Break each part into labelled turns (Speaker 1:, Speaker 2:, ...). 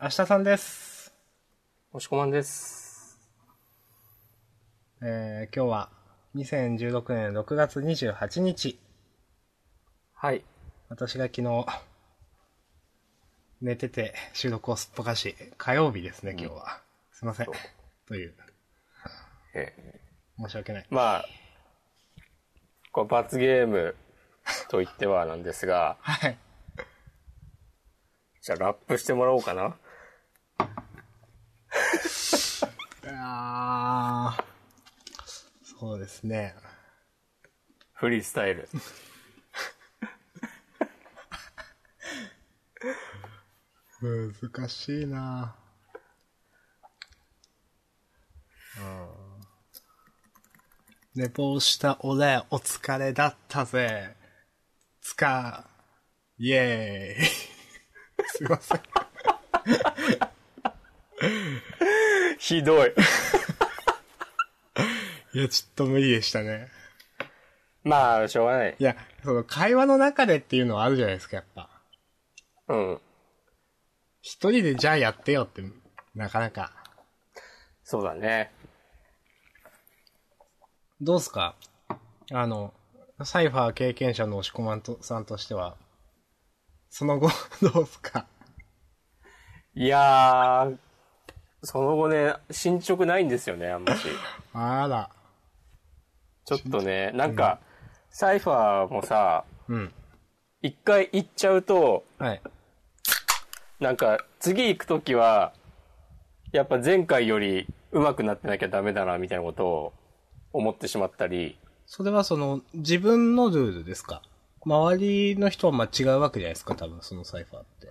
Speaker 1: 明日さんです。
Speaker 2: 押し込まんです。
Speaker 1: えー今日は2016年6月28日。
Speaker 2: はい。
Speaker 1: 私が昨日、寝てて収録をすっぽかし、火曜日ですね、今日は。すいません。という、
Speaker 2: え
Speaker 1: 申し訳ない。、
Speaker 2: まあ、これ罰ゲームと言ってはなんですが
Speaker 1: はい。
Speaker 2: じゃあラップしてもらおうかな。
Speaker 1: あーそうですね。
Speaker 2: フリースタ イル。
Speaker 1: 難しいなうん。寝坊した俺、お疲れだったぜ。つか、イエーイ。 すいません。
Speaker 2: ひどい。
Speaker 1: いや、ちょっと無理でしたね。
Speaker 2: まあ、しょうがない
Speaker 1: い。や、その会話の中でっていうのはあるじゃないですか、やっぱ。
Speaker 2: うん。
Speaker 1: 一人でじゃあやってよって、なかなか。
Speaker 2: そうだね。
Speaker 1: どうすかあの、サイファー経験者の押し込まんとさんとしては、その後、 どうすか
Speaker 2: いやー、その後ね、進捗ないんですよね、あん まし。
Speaker 1: あら。
Speaker 2: ちょっとね、なんか、サイファーもさ、
Speaker 1: うん。
Speaker 2: 一回行っちゃうと、
Speaker 1: はい。
Speaker 2: なんか、次行くときは、やっぱ前回より上手くなってなきゃダメだな、みたいなことを思ってしまったり、
Speaker 1: それはその、自分のルールですか周りの人はまあ違うわけじゃないですか、多分、そのサイファーって。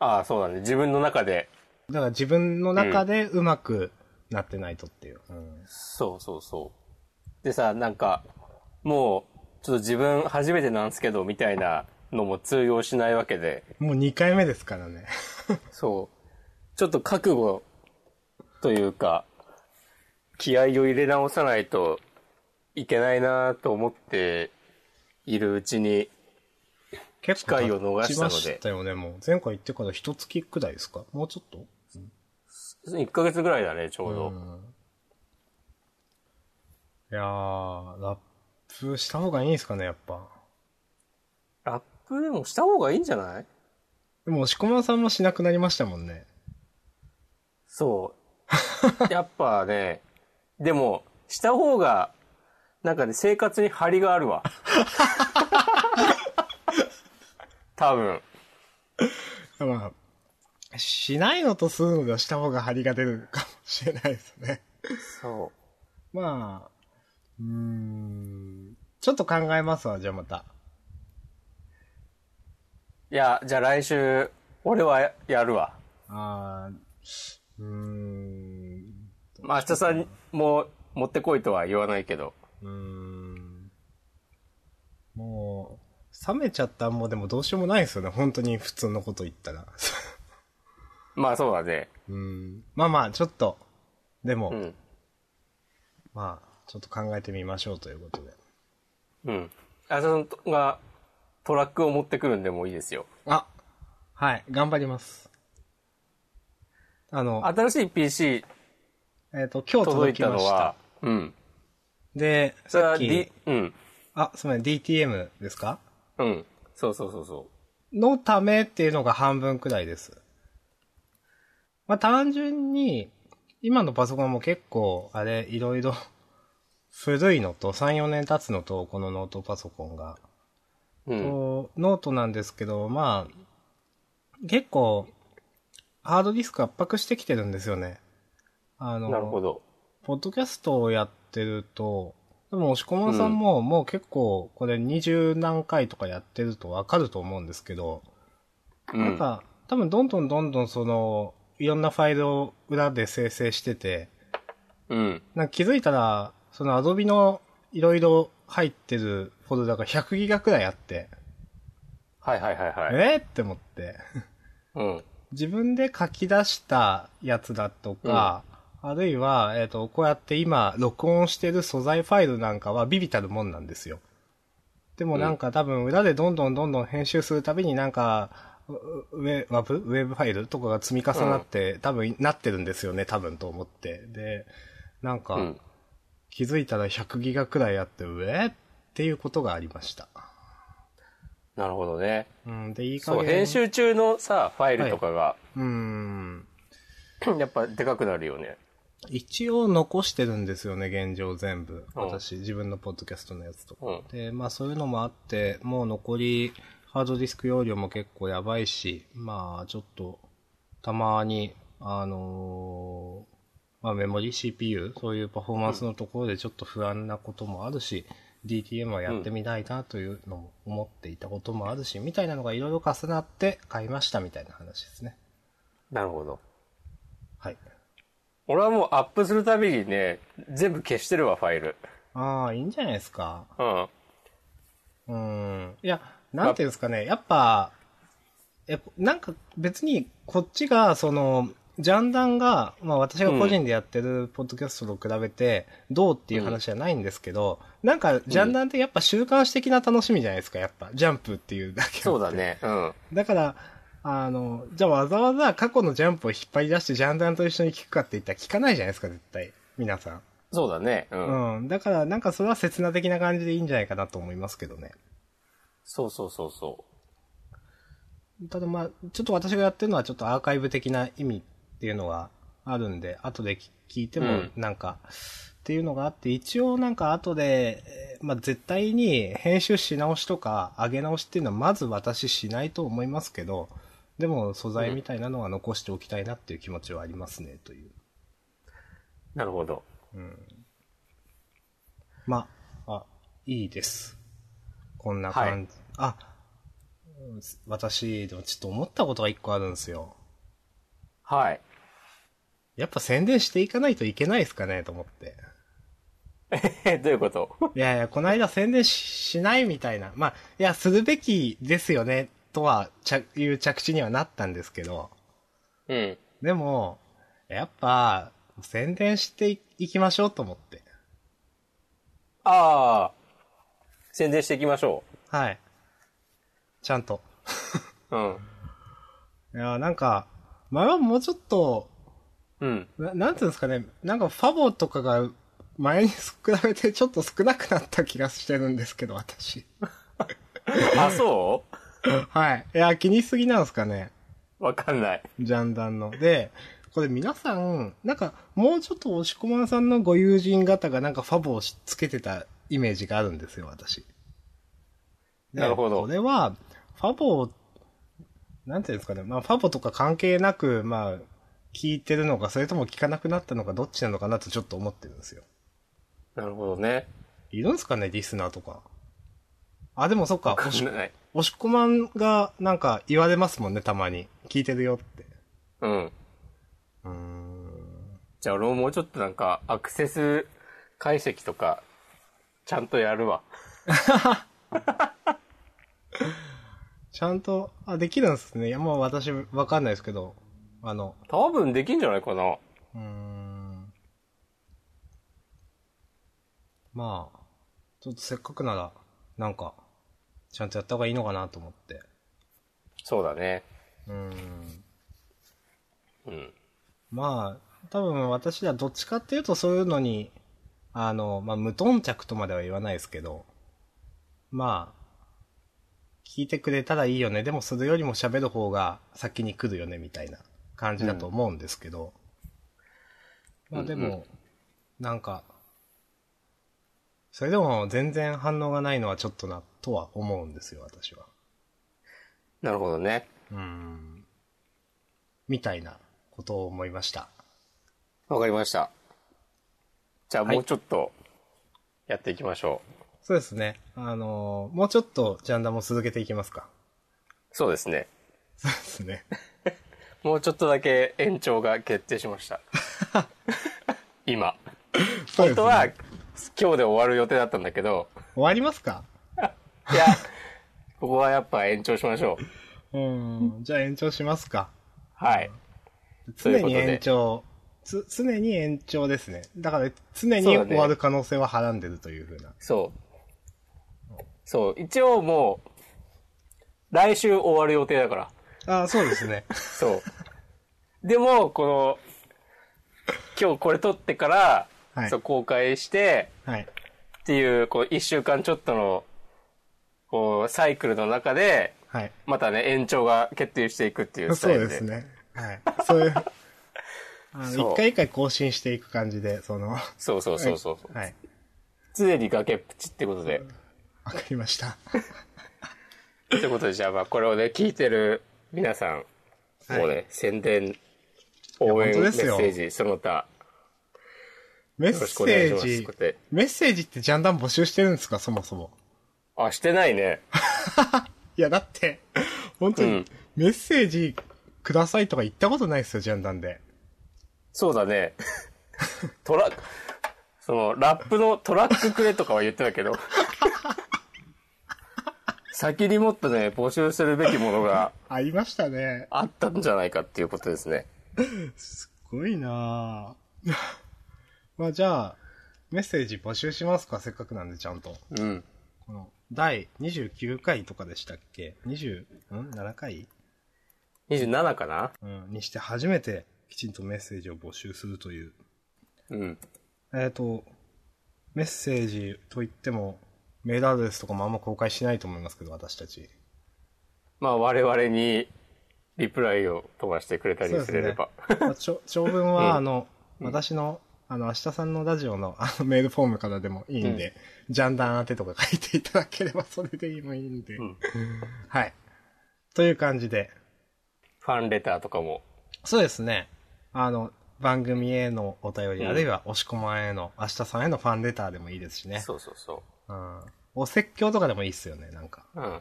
Speaker 2: ああ、そうだね。自分の中で。
Speaker 1: だから自分の中でうまくなってないとっていう。うん。
Speaker 2: そうそうそう。でさ、なんか、もう、ちょっと自分初めてなんですけど、みたいなのも通用しないわけで、
Speaker 1: もう2回目ですからね。
Speaker 2: そう。ちょっと覚悟というか、気合を入れ直さないといけないなと思っているうちに、
Speaker 1: 結
Speaker 2: 機会を逃した
Speaker 1: 経ちま
Speaker 2: ので
Speaker 1: したよね、もう。前回行ってから一月くらいですかもうちょっと
Speaker 2: 1ヶ月ぐらいだね、ちょうど。
Speaker 1: いやー、ラップした方がいいんですかね、やっぱ。
Speaker 2: ラップでもした方がいいんじゃない
Speaker 1: でも、押し込まんさんもしなくなりましたもんね。
Speaker 2: そう。 やっぱね、でも、した方が、なんかね、生活に張りがある わ。多分。
Speaker 1: まあ、しないのとするのではした方が張りが出るかもしれないですね。
Speaker 2: そ
Speaker 1: まあ、うーん、ちょっと考えますわ、じゃあまた。
Speaker 2: う。いや、じゃあ来週、俺はややるわ。
Speaker 1: あー、うーん、
Speaker 2: まあ、明日さんも持ってこいとは言わないけど。
Speaker 1: うーんもう、冷めちゃったらもうでもどうしようもないですよね。本当に普通のこと言ったら。
Speaker 2: まあ、そうだね。
Speaker 1: うん。まあまあ、ちょっと、でも、
Speaker 2: うん。
Speaker 1: まあ、ちょっと考えてみましょうということで。
Speaker 2: うん。明日さんがトラックを持ってくるんでもいいですよ。
Speaker 1: あ、はい、頑張ります。あの、
Speaker 2: 新しい PC
Speaker 1: えっ、と、今日
Speaker 2: 届
Speaker 1: 届
Speaker 2: い
Speaker 1: き
Speaker 2: た
Speaker 1: ま
Speaker 2: の
Speaker 1: した
Speaker 2: は。、うん。
Speaker 1: で、
Speaker 2: それ
Speaker 1: さっ
Speaker 2: は、
Speaker 1: き、
Speaker 2: D、うん。
Speaker 1: あ、すみません、DTM ですか
Speaker 2: うん。そうそうそうそう。
Speaker 1: のためっていうのが半分くらいです。まあ、単純に、今のパソコンも結構、あれ、いろいろ、古いのと、3、4年経つのと、このノートパソコンが。
Speaker 2: うん。
Speaker 1: とノートなんですけど、まあ、結構、ハードディスク圧迫してきてるんですよね。あの、
Speaker 2: なるほど。
Speaker 1: ポッドキャストをやってると、でも、押し込まんさんも、もう結構、これ20何回とかやってるとわかると思うんですけど、
Speaker 2: うん
Speaker 1: なんか、多分どんどんどんどんその、いろんなファイルを裏で生成してて、
Speaker 2: うん。
Speaker 1: なんか気づいたら、その Adobe のいろいろ入ってるフォルダが100ギガくらいあって、
Speaker 2: はいはいはいはい。
Speaker 1: えーって思って。
Speaker 2: うん。
Speaker 1: 自分で書き出したやつだとか、あるいは、えっ、と、こうやって今、録音してる素材ファイルなんかはビビたるもんなんですよ。でもなんか多分裏でどんどんどんどん編集するたびになんか、ウェワブウェブファイルとかが積み重なって、多分なってるんですよね、多分と思って。で、なんか、
Speaker 2: うん。
Speaker 1: 気づいたら100ギガくらいあって、うえっていうことがありました。
Speaker 2: なるほどね。
Speaker 1: うん、で、いい加
Speaker 2: そ
Speaker 1: 減
Speaker 2: う、編集中のさ、ファイルとかが、
Speaker 1: うん。
Speaker 2: やっぱでかくなるよね。
Speaker 1: 一応残してるんですよね、現状全部。
Speaker 2: うん
Speaker 1: 私、自分のポッドキャストのやつとか。
Speaker 2: うん
Speaker 1: で、まあそういうのもあって、もう残り、ハードディスク容量も結構やばいし、まあちょっと、たまに、あのーまあメモリ CPU、そういうパフォーマンスのところでちょっと不安なこともあるし、DTM はやってみたいなというのも思っていたこともあるし、みたいなのがいろいろ重なって買いましたみたいな話ですね。
Speaker 2: なるほど。
Speaker 1: はい。
Speaker 2: 俺はもうアップするたびにね、全部消してるわ、ファイル。
Speaker 1: ああ、いいんじゃないですか。
Speaker 2: う
Speaker 1: う
Speaker 2: ん。
Speaker 1: ん。いや、なんていうんですかね、やっぱ、やっぱなんか別にこっちが、その、ジャンダンが、まあ私が個人でやってるポッドキャストと比べて、どうっていう話じゃないんですけど、なんかジャンダンってやっぱ習慣史的な楽しみじゃないですか、やっぱ。ジャンプっていうだけあって
Speaker 2: そうだ。ね。うん。
Speaker 1: だから、あの、じゃあわざわざ過去のジャンプを引っ張り出してジャンダンと一緒に聞くかって言ったら聞かないじゃないですか、絶対。皆さん。
Speaker 2: そうだね。うん。
Speaker 1: うん。だからなんかそれは刹那的な感じでいいんじゃないかなと思いますけどね。
Speaker 2: そうそうそうそ
Speaker 1: ただまあ、ちょっと私がやってるのはちょっとアーカイブ的な意味っていうのがあるんで、後でき聞いて
Speaker 2: う
Speaker 1: も
Speaker 2: ん
Speaker 1: なんか、っていうのがあって、一応なんか後で、えーまあ絶対に編集し直しとか上げ直しっていうのはまず私しないと思いますけど、でも素材みたいなのは残しておきたいなっていう気持ちはありますね、という。
Speaker 2: う。なるほど。
Speaker 1: まあ、あ、いいです。こんな感じ。あ、うん私、でもちょっと思ったことが一個あるんですよ。
Speaker 2: はい。
Speaker 1: やっぱ宣伝していかないといけないですかねと思って。
Speaker 2: え、どういう こと
Speaker 1: いやいや、この間宣伝ししないみたいな。まあ、いや、するべきですよね、とは、ちゃ、いう着地にはなったんですけど。
Speaker 2: うん。
Speaker 1: でも、やっぱ、宣伝していいきましょうと思って。
Speaker 2: ああ。宣伝していきましょ
Speaker 1: はい。ちゃんと。
Speaker 2: う。うん。
Speaker 1: いや、なんか、前はもうちょっと、
Speaker 2: うん。
Speaker 1: ななんていうんですかね、なんかファボとかが前に比べてちょっと少なくなった気がしてるんですけど、私。
Speaker 2: あ、そ
Speaker 1: はい。いや、気にしすぎなんですかね。
Speaker 2: う わかんない。
Speaker 1: ジャンダンの。で、これ皆さん、なんか、もうちょっと押し込まんさんのご友人方がなんかファボをしつけてたイメージがあるんですよ、私。で
Speaker 2: なるほど
Speaker 1: これは、ファボを、なんていうんですかね、まあ、ファボとか関係なく、まあ、聞いてるのか、それとも聞かなくなったのか、どっちなのかなとちょっと思ってるんですよ。
Speaker 2: なるほどね。
Speaker 1: いるんですかね、リスナーとか。あ、でもそっか
Speaker 2: わ、かんない。
Speaker 1: 押し込まんがなんか言われますもんね、たまに。聞いてるよって。
Speaker 2: うん。
Speaker 1: うーん。
Speaker 2: じゃあ俺ももうちょっとなんか、アクセス解析とか、ちゃんとやるわ。
Speaker 1: ちゃんと、あ、できるんですね。いや、もう私、わかんないですけど、あの、
Speaker 2: 多分できんじゃないかな。
Speaker 1: うーん。まあ、ちょっとせっかくなら、なんか、ちゃんとやった方がいいのかなと思って。
Speaker 2: そうだね。
Speaker 1: うーん。
Speaker 2: うん。
Speaker 1: まあ、多分私らどっちかっていうとそういうのに、あの、まあ、無頓着とまでは言わないですけど、まあ、聞いてくれたらいいよね。でもそれよりも喋る方が先に来るよね、みたいな感じだと思うんですけど。まあでも、
Speaker 2: うんう
Speaker 1: なんか、それでも全然反応がないのはちょっとな、とは思うんですよ、私は。
Speaker 2: なるほどね。
Speaker 1: うん。みたいなことを思いました。
Speaker 2: わかりました。じゃあ
Speaker 1: はい
Speaker 2: もうちょっと、やっていきましょう。
Speaker 1: そうですね。あのーもうちょっとジャンダンも続けていきますか。
Speaker 2: そうですね。
Speaker 1: そうですね。
Speaker 2: もうちょっとだけ延長が決定しま した。今。
Speaker 1: そうで
Speaker 2: 本
Speaker 1: すね
Speaker 2: 当は、今日で終わる予定だったんだけど、
Speaker 1: 終わりますか
Speaker 2: いや、ここはやっぱ延長しましょう。
Speaker 1: うん。じゃあ延長しますか。
Speaker 2: はい。そう
Speaker 1: 常
Speaker 2: いうこと
Speaker 1: に
Speaker 2: で
Speaker 1: 延長。つ、常に延長ですね。だから、常に
Speaker 2: そうだね
Speaker 1: 終わる可能性ははらんでるというふうな。
Speaker 2: そう。そう。一応もう、来週終わる予定だから。
Speaker 1: あそうですね。
Speaker 2: そう。でも、この、今日これ撮ってから、
Speaker 1: はい
Speaker 2: そう公開して、
Speaker 1: はい。
Speaker 2: っていう、こう、一週間ちょっとの、こう、サイクルの中で、
Speaker 1: はい。
Speaker 2: またね、延長が決定していくっていうス
Speaker 1: そ
Speaker 2: タイ
Speaker 1: う
Speaker 2: ル
Speaker 1: で
Speaker 2: で。
Speaker 1: すね。はい。そういう、あ
Speaker 2: そう
Speaker 1: の一回一回更新していく感じで、その、
Speaker 2: そうそうそうそう。
Speaker 1: はい。
Speaker 2: 常に崖っぷちってことで。
Speaker 1: わかりました。
Speaker 2: ってことで、じゃあ、まあ、これをね、聞いてる皆さん、もうね、宣伝、応
Speaker 1: 本
Speaker 2: 援
Speaker 1: 当
Speaker 2: メ
Speaker 1: で
Speaker 2: ッ
Speaker 1: す
Speaker 2: セ
Speaker 1: よ
Speaker 2: ージ、その他、
Speaker 1: メッ
Speaker 2: よろし
Speaker 1: セ
Speaker 2: くお願いし
Speaker 1: ー
Speaker 2: ます。
Speaker 1: ジ
Speaker 2: こ、うやって
Speaker 1: メッセージってジャンダン募集してるんですか、そもそも。
Speaker 2: あ、してないね。
Speaker 1: いや、だって、 本当
Speaker 2: う
Speaker 1: に
Speaker 2: ん、
Speaker 1: メッセージくださいとか言ったことないですよ、ジャンダンで。
Speaker 2: そうだね。トラその、ラップのトラックくれとかは言って たけど。先にもっとね、募集するべきものが
Speaker 1: ありましたね。
Speaker 2: あったんじゃないかっていうことですね。
Speaker 1: すごいな ぁまあじゃあ、メッセージ募集しますか、せっかくなんで、ちゃんと。
Speaker 2: うん。
Speaker 1: この、第29回とかでしたっけ ?20、ん ?7 回
Speaker 2: 27かな
Speaker 1: うん、にして初めてきちんとメッセージを募集するという。
Speaker 2: うん。
Speaker 1: えっ、と、メッセージといっても、メールアドレスとかもあんま公開しないと思いますけど、私たち。
Speaker 2: まあ、我々にリプライを飛ばしてくれたりすれれば。
Speaker 1: まあちょ長文 は、あの、私の、あの、明日さんのラジオのあのメールフォームからでもいいんで、ジャンダン宛てとか書いていただければそれでもいいんで。
Speaker 2: ん
Speaker 1: はい。という感じで。
Speaker 2: ファンレターとかも。
Speaker 1: そうですね。あの、番組へのお便り、
Speaker 2: うん
Speaker 1: あるいは押し込まんへの、明日さんへのファンレターでもいいですしね。
Speaker 2: そうそうそ
Speaker 1: うん。お説教とかでもいいっすよね、なんか。
Speaker 2: う。うん。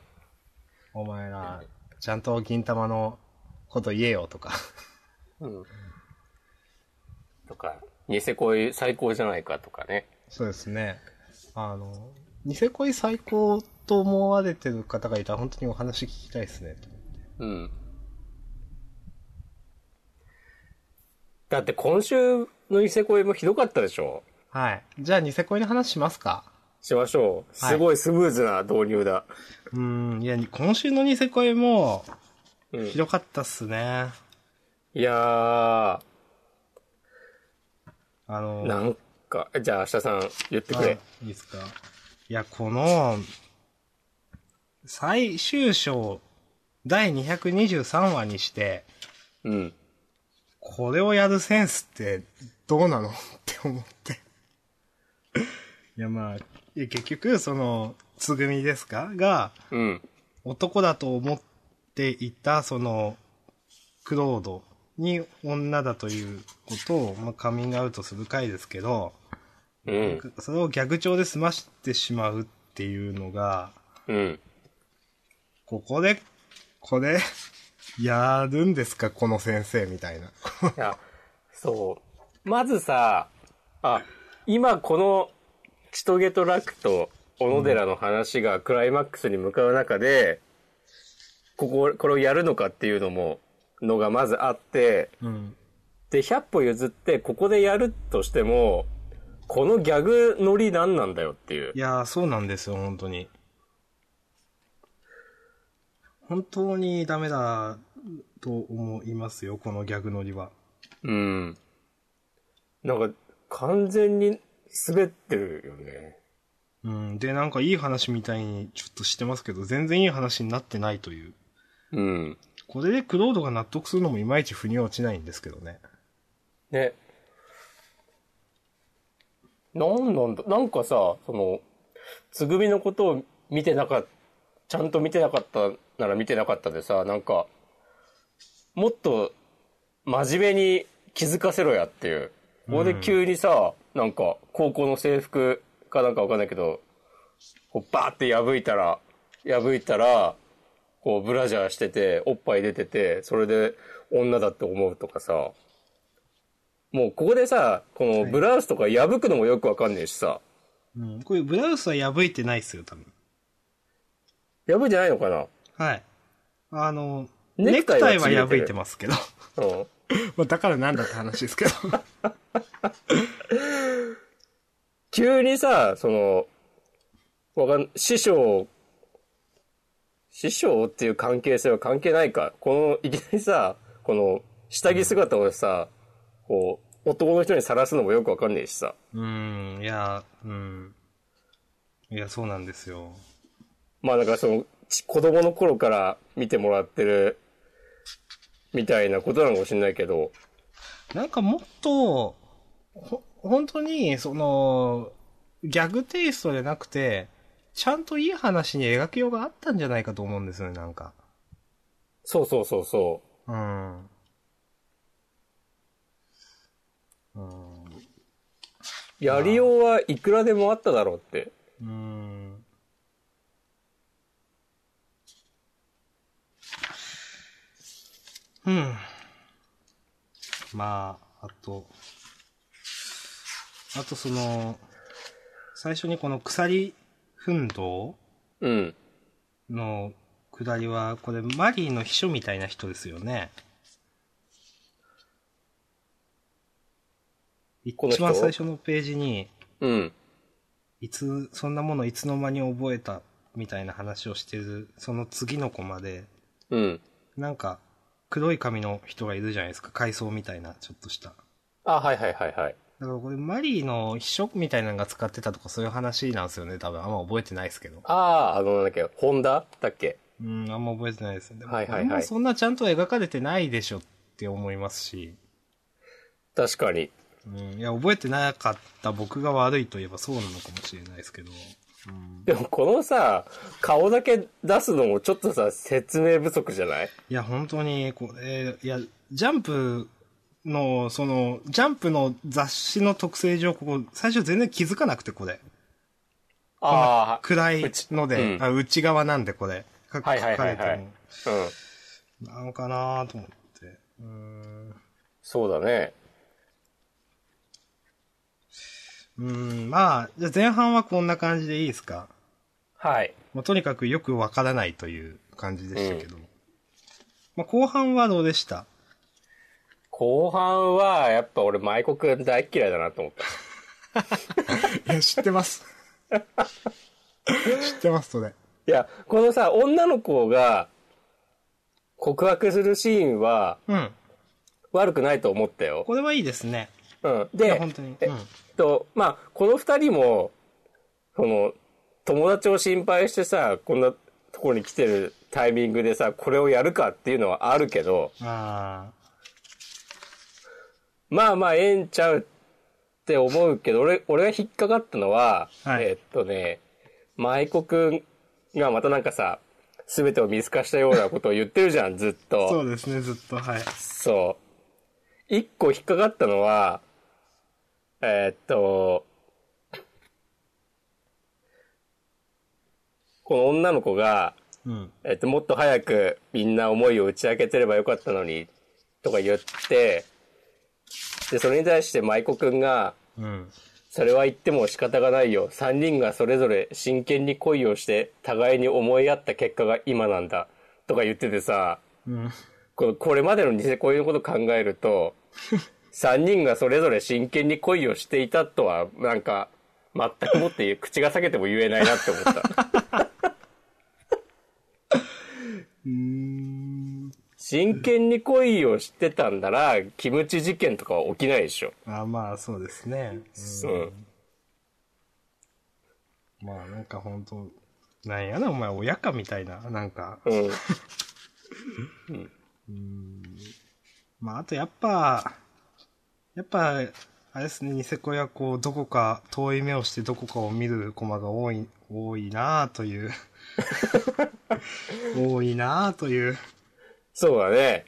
Speaker 1: お前ら、ちゃんと銀玉のこと言えよとか。
Speaker 2: うん。とか、ニセ恋最高じゃないかとかね。
Speaker 1: そうですね。あの、ニセ恋最高と思われてる方がいたら本当にお話聞きたいですね。
Speaker 2: うん。だって今週のニセ恋もひどかったでしょ
Speaker 1: はい。じゃあニセ恋の話しますか
Speaker 2: しましょう。
Speaker 1: はい
Speaker 2: すごいスムーズな導入だ。
Speaker 1: うーん、いや、今週のニセ恋も、
Speaker 2: うん
Speaker 1: ひどかったっすね。
Speaker 2: いや
Speaker 1: あの、
Speaker 2: ー、なんか、じゃあ明日さん言ってく
Speaker 1: はい
Speaker 2: れ。
Speaker 1: いいですか。いや、この、最終章、第223話にして、
Speaker 2: うん。
Speaker 1: これをやるセンスってどうなのって思って。いやまあ、いや結局、その、つぐみですかが、
Speaker 2: うん。
Speaker 1: 男だと思っていた、その、クロードに女だということを、まあ、カミングアウトする回ですけど、
Speaker 2: うん。
Speaker 1: それを逆調で済ましてしまうっていうのが、
Speaker 2: うん。
Speaker 1: ここで、これ、やるんですかこの先生みたいな。
Speaker 2: いや、そう。まずさ、あ、今この、チトゲとラクと小野寺の話がクライマックスに向かう中で、ここ、これをやるのかっていうのも、のがまずあって、
Speaker 1: うん。
Speaker 2: で、100歩譲って、ここでやるとしても、このギャグノリ何なんだよっていう
Speaker 1: い。やー、そうなんですよ、本当に。本当にダメだと思いますよ、このギャグ乗りは。
Speaker 2: うん。なんか、完全に滑ってるよね。
Speaker 1: うん。で、なんかいい話みたいにちょっとしてますけど、全然いい話になってないという。
Speaker 2: うん。
Speaker 1: これでクロードが納得するのもいまいち腑に落ちないんですけどね。
Speaker 2: ね。なんなんだ、なんかさ、その、つぐみのことを見てなかった、ちゃんと見てなかったなら見てなかったでさ、なんか、もっと真面目に気づかせろやっていう。ここで急にさ、なんか、高校の制服かなんかわかんないけど、こうバーって破いたら、破いたら、こうブラジャーしてて、おっぱい出てて、それで女だって思うとかさ、もうここでさ、このブラウスとか破くのもよくわかんねえしさ、
Speaker 1: うん。これ、ブラウスは破いてないっすよ、多分。
Speaker 2: 破いてないのかな
Speaker 1: はい。あの、
Speaker 2: ネ
Speaker 1: ネク
Speaker 2: クタ
Speaker 1: タ
Speaker 2: イ
Speaker 1: イ
Speaker 2: は
Speaker 1: は
Speaker 2: ちぎれてる
Speaker 1: 破いてますけど。
Speaker 2: うん。
Speaker 1: まあだからなんだって話ですけど。
Speaker 2: 急にさ、その、わかん、師匠師匠っていう関係性は関係ないか。この、いきなりさ、この、下着姿をさ、こう、男の人にさらすのもよくわかんねえしさ。
Speaker 1: うーん、いや、うん。いや、そうなんですよ。
Speaker 2: まあだからその、ち子供の頃から見てもらってる、みたいなことなのかもしれないけど、
Speaker 1: なんかもっと、ほ、本当に、その、ギャグテイストじゃなくて、ちゃんといい話に描きようがあったんじゃないかと思うんですよね、なんか。
Speaker 2: そうそうそうそ
Speaker 1: うん。うん。
Speaker 2: う。やりようはいくらでもあっただろうって。
Speaker 1: うーん。うん。まあ、あと、あとその、最初にこの鎖奮闘
Speaker 2: うん。
Speaker 1: の下りは、これマリーの秘書みたいな人ですよね。
Speaker 2: この
Speaker 1: 一
Speaker 2: 人
Speaker 1: 番最初のページに、
Speaker 2: うん。
Speaker 1: いつ、そんなものいつの間に覚えたみたいな話をしてる、その次の子まで、
Speaker 2: うん。
Speaker 1: なんか、黒い髪の人がいるじゃないですか。階層みたいな、ちょっとした。
Speaker 2: あ、はいはいはいはい。
Speaker 1: だからこれ、マリーの秘書みたいなのが使ってたとか、そういう話なんですよね。多分、あんま覚えてないですけど。
Speaker 2: ああ、あの、なんだっけ、ホンダだっけ
Speaker 1: うん、あんま覚えてないですね。でも
Speaker 2: はいはいはい
Speaker 1: あんまそんなちゃんと描かれてないでしょって思いますし。
Speaker 2: 確かに。
Speaker 1: うん、いや、覚えてなかった僕が悪いといえばそうなのかもしれないですけど。うん、
Speaker 2: でもこのさ、顔だけ出すのもちょっとさ、説明不足じゃない
Speaker 1: いや、本当に、これ、いや、ジャンプの、その、ジャンプの雑誌の特性上、ここ、最初全然気づかなくて、これ。
Speaker 2: あ
Speaker 1: 暗いう
Speaker 2: ち
Speaker 1: ので、
Speaker 2: うん
Speaker 1: あ内側なんで、これ。か
Speaker 2: はいはいはいはい
Speaker 1: 書かれても
Speaker 2: あ、うん。
Speaker 1: なんかなと思って。うーん。
Speaker 2: そうだね。
Speaker 1: うーん、まあ、じゃあ前半はこんな感じでいいですか
Speaker 2: はい。
Speaker 1: もうとにかくよくわからないという感じでしたけど。まあ、後半はどうでした
Speaker 2: 後半は、やっぱ俺、舞子くん大っ嫌いだなと思った。
Speaker 1: いや、 知ってます。知ってます、それ。
Speaker 2: いや、このさ、女の子が告白するシーンは
Speaker 1: うん。
Speaker 2: 悪くないと思ったよ。
Speaker 1: これはいいですね。
Speaker 2: うん。
Speaker 1: いや、
Speaker 2: で、
Speaker 1: 本当に。
Speaker 2: え
Speaker 1: うん
Speaker 2: えっと、まあ、この二人も、その、友達を心配してさ、こんなところに来てるタイミングでさ、これをやるかっていうのはあるけど、
Speaker 1: あ
Speaker 2: まあまあ、ええんちゃうって思うけど、俺、俺が引っかかったのは、
Speaker 1: はい
Speaker 2: えっとね、舞子くんがまたなんかさ、すべてを見透かしたようなことを言ってるじゃん、ずっと。
Speaker 1: あ、 そうですね、ずっと、はい。
Speaker 2: そう。一個引っかかったのは、えーっと、この女の子が、
Speaker 1: うん。
Speaker 2: えーっと、もっと早くみんな思いを打ち明けてればよかったのに、とか言って、で、それに対して舞子くんが、
Speaker 1: うん。
Speaker 2: それは言っても仕方がないよ。三人がそれぞれ真剣に恋をして、互いに思い合った結果が今なんだ。とか言っててさ、
Speaker 1: うん。
Speaker 2: このこれまでのニセ恋のことを考え ると、3人がそれぞれ真剣に恋をしていたとは、なんか、全くもって言う口が裂けても言えないなって思った。
Speaker 1: うん。
Speaker 2: 真剣に恋をしてたんなら、キムチ事件とかは起きないでしょ。
Speaker 1: あまあ、そうですね。
Speaker 2: うん。
Speaker 1: うん、まあ、なんか本当なんやな、お前、親かみたいな、なんか。
Speaker 2: うん。
Speaker 1: まあ、あとやっぱ、やっぱ、あれですね、ニセコやこう、どこか遠い目をしてどこかを見るコマが多い、多いなあと いう。多いなあという。
Speaker 2: そうだね。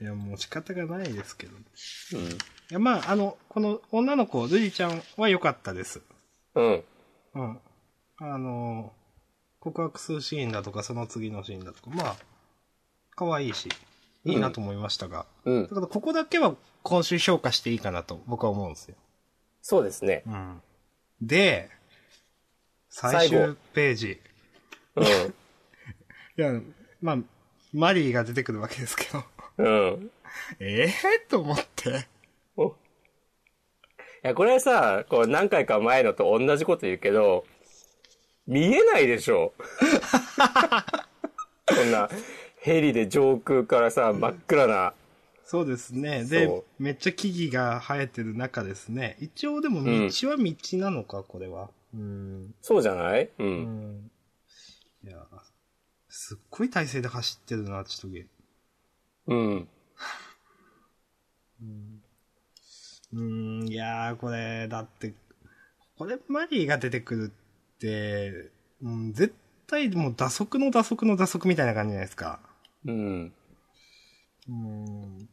Speaker 1: いや、もう仕方がないですけど。
Speaker 2: う
Speaker 1: いや、まあ、あの、この女の子、ルリちゃんは良かったです。
Speaker 2: ん。うん。
Speaker 1: うん。あの、告白するシーンだとか、その次のシーンだとか、まあ、可愛いし、いいなと思いましたが。
Speaker 2: うん
Speaker 1: だ。から、ここだけは今週評価していいかなと、僕は思うんですよ。
Speaker 2: そうですね。
Speaker 1: うん。で、最終ページ。
Speaker 2: うん。
Speaker 1: いや、まあ、マリーが出てくるわけですけど、
Speaker 2: うん。
Speaker 1: ええと思って。
Speaker 2: おいや、これはさ、こう何回か前のと同じこと言うけど、見えないでしょ。 こんな、ヘリで上空からさ、真っ暗な、
Speaker 1: そうですね。で
Speaker 2: そ、
Speaker 1: めっちゃ木々が生えてる中ですね。一応でも道は道なのか、これは。うん。
Speaker 2: そうじゃないうん。
Speaker 1: うん。いや、すっごい体勢で走ってるな、ちとげ。
Speaker 2: うん。
Speaker 1: うん、いやー、これ、だって、これ、マリーが出てくるって、うん、絶対もう打足の打足の打足みたいな感じじゃないですか。
Speaker 2: うん。
Speaker 1: うん。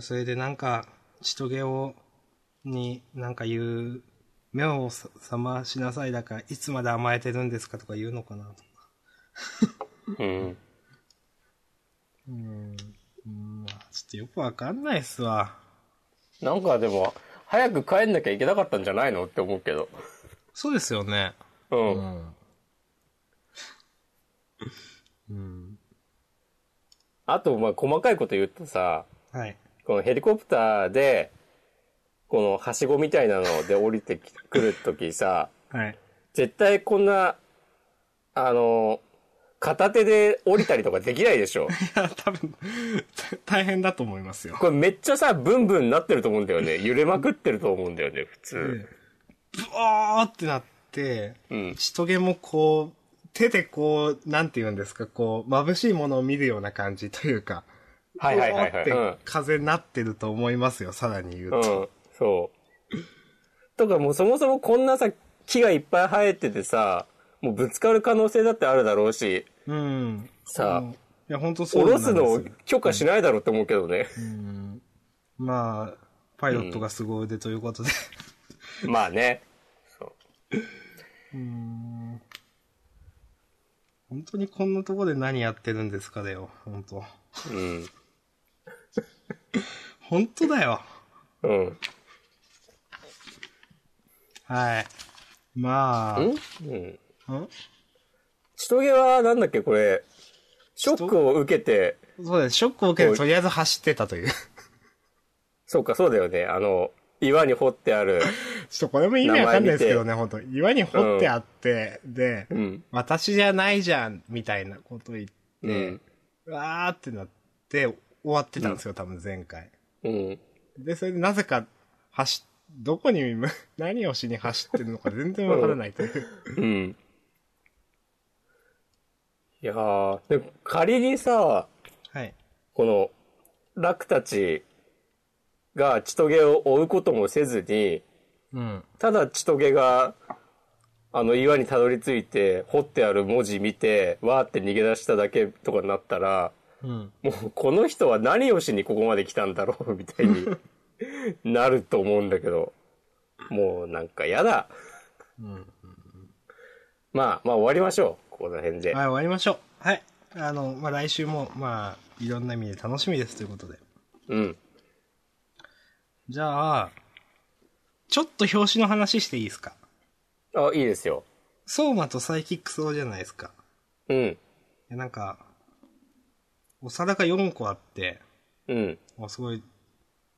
Speaker 1: それでなんか、ちとげを、に、なんか言う、目をさ覚ましなさいだから、いつまで甘えてるんですかとか言うのかな。
Speaker 2: うん。
Speaker 1: うん。うん、まあちょっとよくわかんないっすわ。
Speaker 2: なんかでも、早く帰んなきゃいけなかったんじゃないのって思うけど。
Speaker 1: そうですよね。
Speaker 2: うん。
Speaker 1: うん。
Speaker 2: あと、まあ、細かいこと言うとさ、
Speaker 1: はい。
Speaker 2: このヘリコプターで、この、はしごみたいなので降りてきくるときさ、
Speaker 1: はい。
Speaker 2: 絶対こんな、あの、片手で降りたりとかできないでし ょ。
Speaker 1: いや、 多分、 大変だと思いますよ。
Speaker 2: これめっちゃさ、ブンブンなってると思うんだよね。揺れまくってると思うんだよね、普
Speaker 1: で
Speaker 2: 通。
Speaker 1: ブワーってなって、
Speaker 2: うん。
Speaker 1: ちとげもこう、手でこう、なんて言うんですか、こう、眩しいものを見るような感じというか、
Speaker 2: はいはいはいはい。
Speaker 1: ブ
Speaker 2: う
Speaker 1: ワー
Speaker 2: ん
Speaker 1: って。風になってると思いますよ、さらに言うと。
Speaker 2: うん、そう。とかもうそもそもこんなさ、木がいっぱい生えててさ、もうぶつかる可能性だってあるだろうし、
Speaker 1: うん。
Speaker 2: さあ
Speaker 1: うんいや、本当そう
Speaker 2: 下
Speaker 1: な
Speaker 2: ろ
Speaker 1: んです
Speaker 2: す
Speaker 1: よ。
Speaker 2: のを許可しないだろうって思うけどね。
Speaker 1: うんまあ、パイロットが凄腕ということで。
Speaker 2: まあね。そ
Speaker 1: う
Speaker 2: う
Speaker 1: ん本当にこんなとこで何やってるんですかだよ、本当。
Speaker 2: うん。
Speaker 1: 本当だよ。
Speaker 2: うん。
Speaker 1: はい。まあ、ん
Speaker 2: うん。
Speaker 1: そ
Speaker 2: ちとげは、なんだっけ、これ、ショックを受けて、
Speaker 1: うです。ショックを受けてとりあえず走ってたという。
Speaker 2: そうか、そうだよね。あの、岩に掘ってある。
Speaker 1: ちょっとこれも意味わかんないですけどね、本当岩に掘ってあって、で、
Speaker 2: うん。
Speaker 1: 私じゃないじゃん、みたいなこと言って、
Speaker 2: うん。
Speaker 1: わーってなって、終わってたんですよ、多分前回。
Speaker 2: うん。
Speaker 1: で、それでなぜか、走っ、どこに、 何をしに走ってるのか全然わからないという。
Speaker 2: うん。いやー、で仮にさ、
Speaker 1: はい。
Speaker 2: この、ラクたちがチトゲを追うこともせずに、
Speaker 1: うん。
Speaker 2: ただチトゲが、あの岩にたどり着いて、掘ってある文字見て、わーって逃げ出しただけとかになったら、
Speaker 1: うん。
Speaker 2: もうこの人は何をしにここまで来たんだろう、みたい になると思うんだけど、もうなんかやだ。
Speaker 1: うん。
Speaker 2: まあ、まあ終わりましょう。この辺で。
Speaker 1: はい、終わりましょう。はい。あの、まあ、来週も、まあ、いろんな意味で楽しみですということで。
Speaker 2: うん。
Speaker 1: じゃあ、ちょっと表紙の話していいですか
Speaker 2: あ、いいですよ。
Speaker 1: 相馬とサイキックスをじゃないですか。
Speaker 2: うん。
Speaker 1: いやなんか、お皿が4個あって、
Speaker 2: うん。
Speaker 1: もうすごい、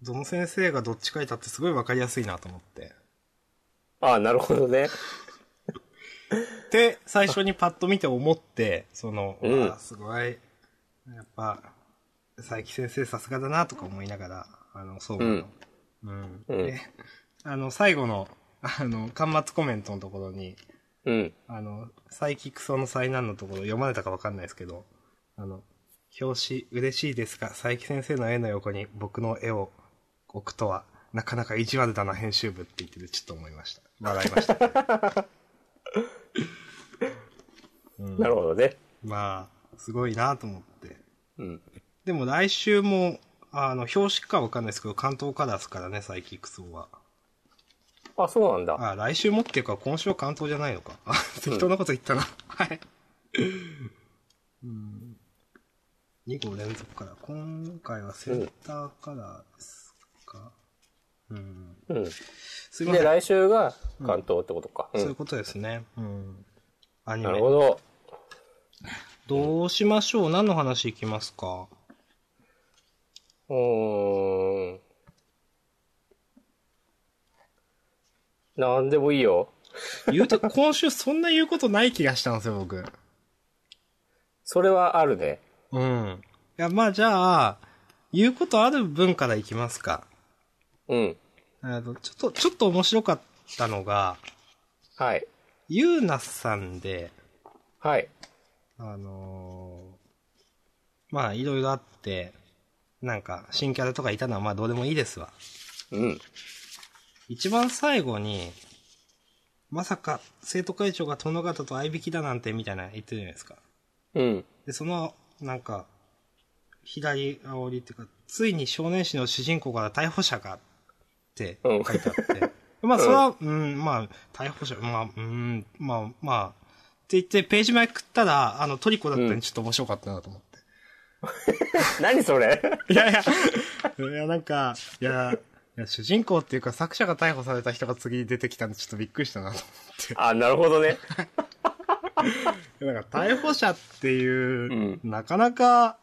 Speaker 1: どの先生がどっち書いたってすごいわかりやすいなと思って。
Speaker 2: あなるほどね。
Speaker 1: で、最初にパッと見て思って、その、
Speaker 2: うん
Speaker 1: わあすごい、やっぱ、佐伯先生さすがだなとか思いながら、あの、そう思うの。うん。
Speaker 2: うん
Speaker 1: で、あの、最後の、あの、端末コメントのところに、
Speaker 2: うん。
Speaker 1: あの、サイキクソの災難のところ読まれたかわかんないですけど、あの、表紙嬉しいですが、佐伯先生の絵の横に僕の絵を置くとは、なかなか意地悪だな編集部って言っててちょっと思いました。笑いました。
Speaker 2: なるほどね。
Speaker 1: まあ、すごいなと思って。
Speaker 2: うん。
Speaker 1: でも来週も、あの、表紙かわかんないですけど、関東カラーですからね、サイキクソは。
Speaker 2: あ、そうなんだ。
Speaker 1: あ、来週もっていうか、今週は関東じゃないのか。あ、適当なこと言ったな。はい。うん。2号連続から。今回はセンターカラーですか。うん。
Speaker 2: うん。
Speaker 1: すいません。
Speaker 2: で、来週が関東ってことか。う。
Speaker 1: そういうんことですね。うん。アニ
Speaker 2: なる
Speaker 1: メ
Speaker 2: ほ。ど。
Speaker 1: どうしましょう何の話いきますか
Speaker 2: うーん。なんでもいいよ。
Speaker 1: 言うと、 今週そんな言うことない気がしたんですよ、僕。
Speaker 2: それはあるね。
Speaker 1: うん。いや、まあじゃあ、言うことある分からいきますか。
Speaker 2: うん。
Speaker 1: あのちょっと、ちょっと面白かったのが、
Speaker 2: はい。
Speaker 1: ゆうなさんで、
Speaker 2: はい。
Speaker 1: あのーまあいろいろあって、なんか新キャラとかいたのはまあどうでもいいですわ。
Speaker 2: うん。
Speaker 1: 一番最後に、まさか生徒会長が殿方と合いびきだなんてみたいな言ってるじゃないですか。
Speaker 2: うん。
Speaker 1: で、その、なんか、左煽りっていうか、ついに少年誌の主人公から逮捕者がって書いてあ って。まあ、それは、うん、まあ、逮捕者、まあ、うん、まあ、まあ、って言って、ページ前食ったら、あの、トリコだったん
Speaker 2: うん
Speaker 1: で、ちょっと面白かったなと思って。
Speaker 2: 何それ
Speaker 1: いやい や、いや、なんか、いや、いや主人公っていうか、作者が逮捕された人が次出てきたんで、ちょっとびっくりしたなと思って。
Speaker 2: あ、なるほどね。
Speaker 1: なんか逮捕者っていう、
Speaker 2: う
Speaker 1: なかなか、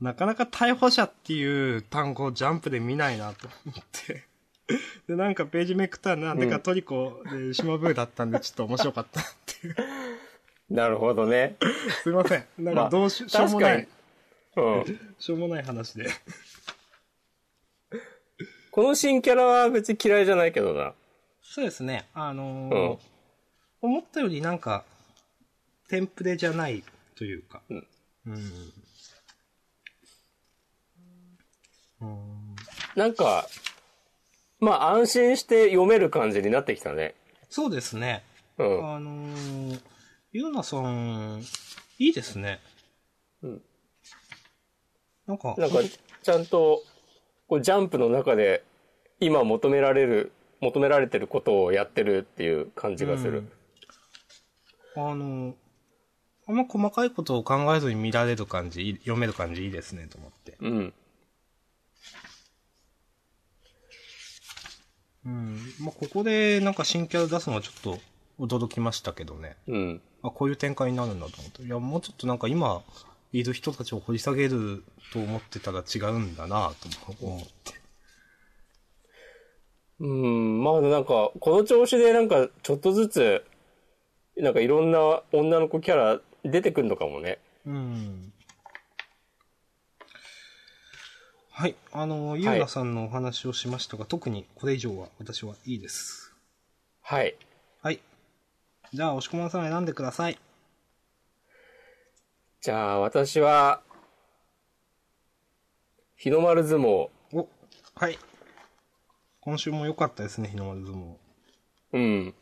Speaker 1: なかなか逮捕者っていう単語をジャンプで見ないなと思って。 で、なんかページめくったらなんでかトリコで島ブーだったんでちょっと面白かった っていう。
Speaker 2: なるほどね。
Speaker 1: すいません。なん
Speaker 2: ま
Speaker 1: か
Speaker 2: あ
Speaker 1: どうし,、しょうもな
Speaker 2: 確
Speaker 1: い、
Speaker 2: かにうん。
Speaker 1: しょうもない話で。
Speaker 2: この新キャラは別に嫌いじゃないけどな。
Speaker 1: そうですね。あの
Speaker 2: う
Speaker 1: ー
Speaker 2: ん。
Speaker 1: 思ったよりなんか、テンプレじゃないというか。
Speaker 2: うん
Speaker 1: うん。うん
Speaker 2: なんか、まあ安心して読める感じになってきたね。
Speaker 1: そうですね。
Speaker 2: うん。
Speaker 1: あのー、ゆうなさん、いいですね。
Speaker 2: うん。
Speaker 1: なんか、
Speaker 2: なんか、ちゃんと、こう、ジャンプの中で、今求められる、求められてることをやってるっていう感じがする。
Speaker 1: うんあのー、あんま細かいことを考えずに見られる感じ、いい読める感じいいですね、と思って。
Speaker 2: うん。
Speaker 1: うん。まあ、ここで、なんか新キャラ出すのはちょっと驚きましたけどね。
Speaker 2: うん。
Speaker 1: あ、こういう展開になるんだと思って。いや、もうちょっとなんか今、いる人たちを掘り下げると思ってたら違うんだなと思って。
Speaker 2: うん、まあなんか、この調子でなんか、ちょっとずつ、なんかいろんな女の子キャラ出てくるのかもね。
Speaker 1: うんはい。あの、ゆうなさんのお話をしましたが、特にこれ以上は私はいいです。
Speaker 2: はい。
Speaker 1: はい。じゃあ、押し込まんさん選んでください。
Speaker 2: じゃあ、私は、日の丸相撲。
Speaker 1: お、はい。今週も良かったですね、日の丸相撲。
Speaker 2: うん。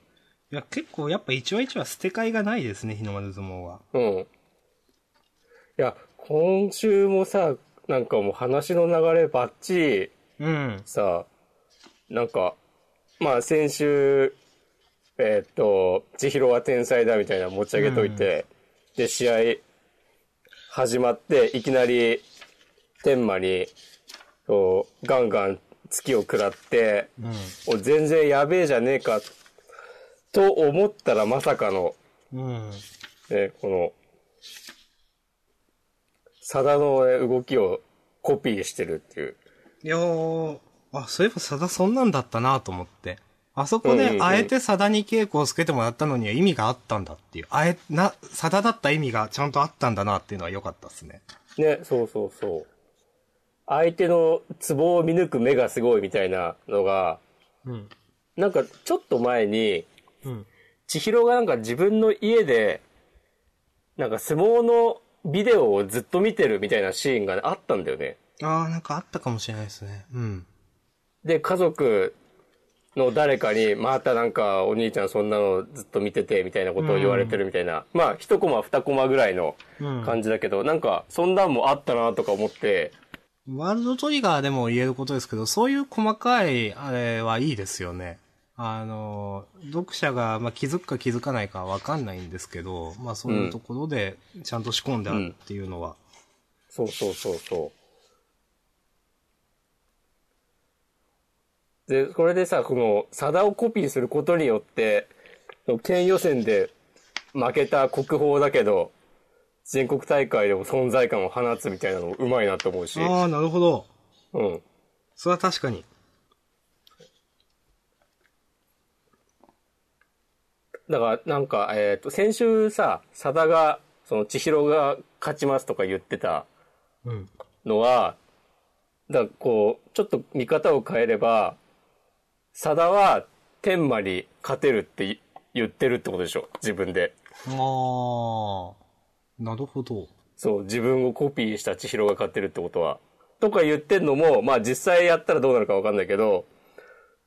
Speaker 1: いや、結構やっぱ一話一話捨て替えがないですね、日の丸相撲は。
Speaker 2: うん。いや、今週もさ、なんかもう話の流れバッチリ
Speaker 1: うん。
Speaker 2: さ、なんか、まあ先週、えーっと、千尋は天才だみたいなの持ち上げといて、で、試合始まって、いきなり天馬に、こうガンガン突きを食らって、
Speaker 1: うん。
Speaker 2: お全然やべえじゃねえか、と思ったらまさかの、
Speaker 1: うん。
Speaker 2: ね、この、佐田のね動きをコピーしてるっていう。
Speaker 1: いやー、あ、そういえば佐田そんなんだったなと思って。あそこ
Speaker 2: うんうんう
Speaker 1: で、
Speaker 2: ん
Speaker 1: あえて佐田に稽古をつけてもらったのには意味があったんだっていう。あえ、な、佐田だった意味がちゃんとあったんだなっていうのは良かったですね。
Speaker 2: ね、そうそうそう。相手のツボを見抜く目がすごいみたいなのが、
Speaker 1: うん。
Speaker 2: なんかちょっと前に、
Speaker 1: うん。
Speaker 2: 千尋がなんか自分の家で、なんか相撲のビデオをずっと見てるみたいなシーンがあったんだよね。
Speaker 1: あー、なんかあったかもしれないですね。うん。
Speaker 2: で、家族の誰かに、またなんかお兄ちゃんそんなのずっと見ててみたいなことを言われてるみたいな、まあ一コマ二コマぐらいの
Speaker 1: うん。
Speaker 2: 感じだけど、なんかそんなんもあったなとか思って、
Speaker 1: ワールドトリガーでも言えることですけど、そういう細かい、あれはいいですよね。あの、読者が、まあ、気づくか気づかないかわかんないんですけど、まあ、そういうところで、ちゃんと仕込んであるっていうのは、
Speaker 2: そうそうそうそう。で、これでさ、この、サダをコピーすることによって、県予選で負けた国宝だけど、全国大会でも存在感を放つみたいなのもうまいなと思うし、
Speaker 1: ああ、なるほど。
Speaker 2: うん。
Speaker 1: それは確かに。
Speaker 2: だから、なんか、えっ、と、先週さ、佐田が、その、千尋が勝ちますとか言ってた
Speaker 1: うん。
Speaker 2: のは、だからこう、ちょっと見方を変えれば、佐田は天馬に勝てるってい言ってるってことでしょ自分で。
Speaker 1: あー。なるほど。
Speaker 2: そう、自分をコピーした千尋が勝ってるってことは。とか言ってんのも、まあ実際やったらどうなるかわかんないけど、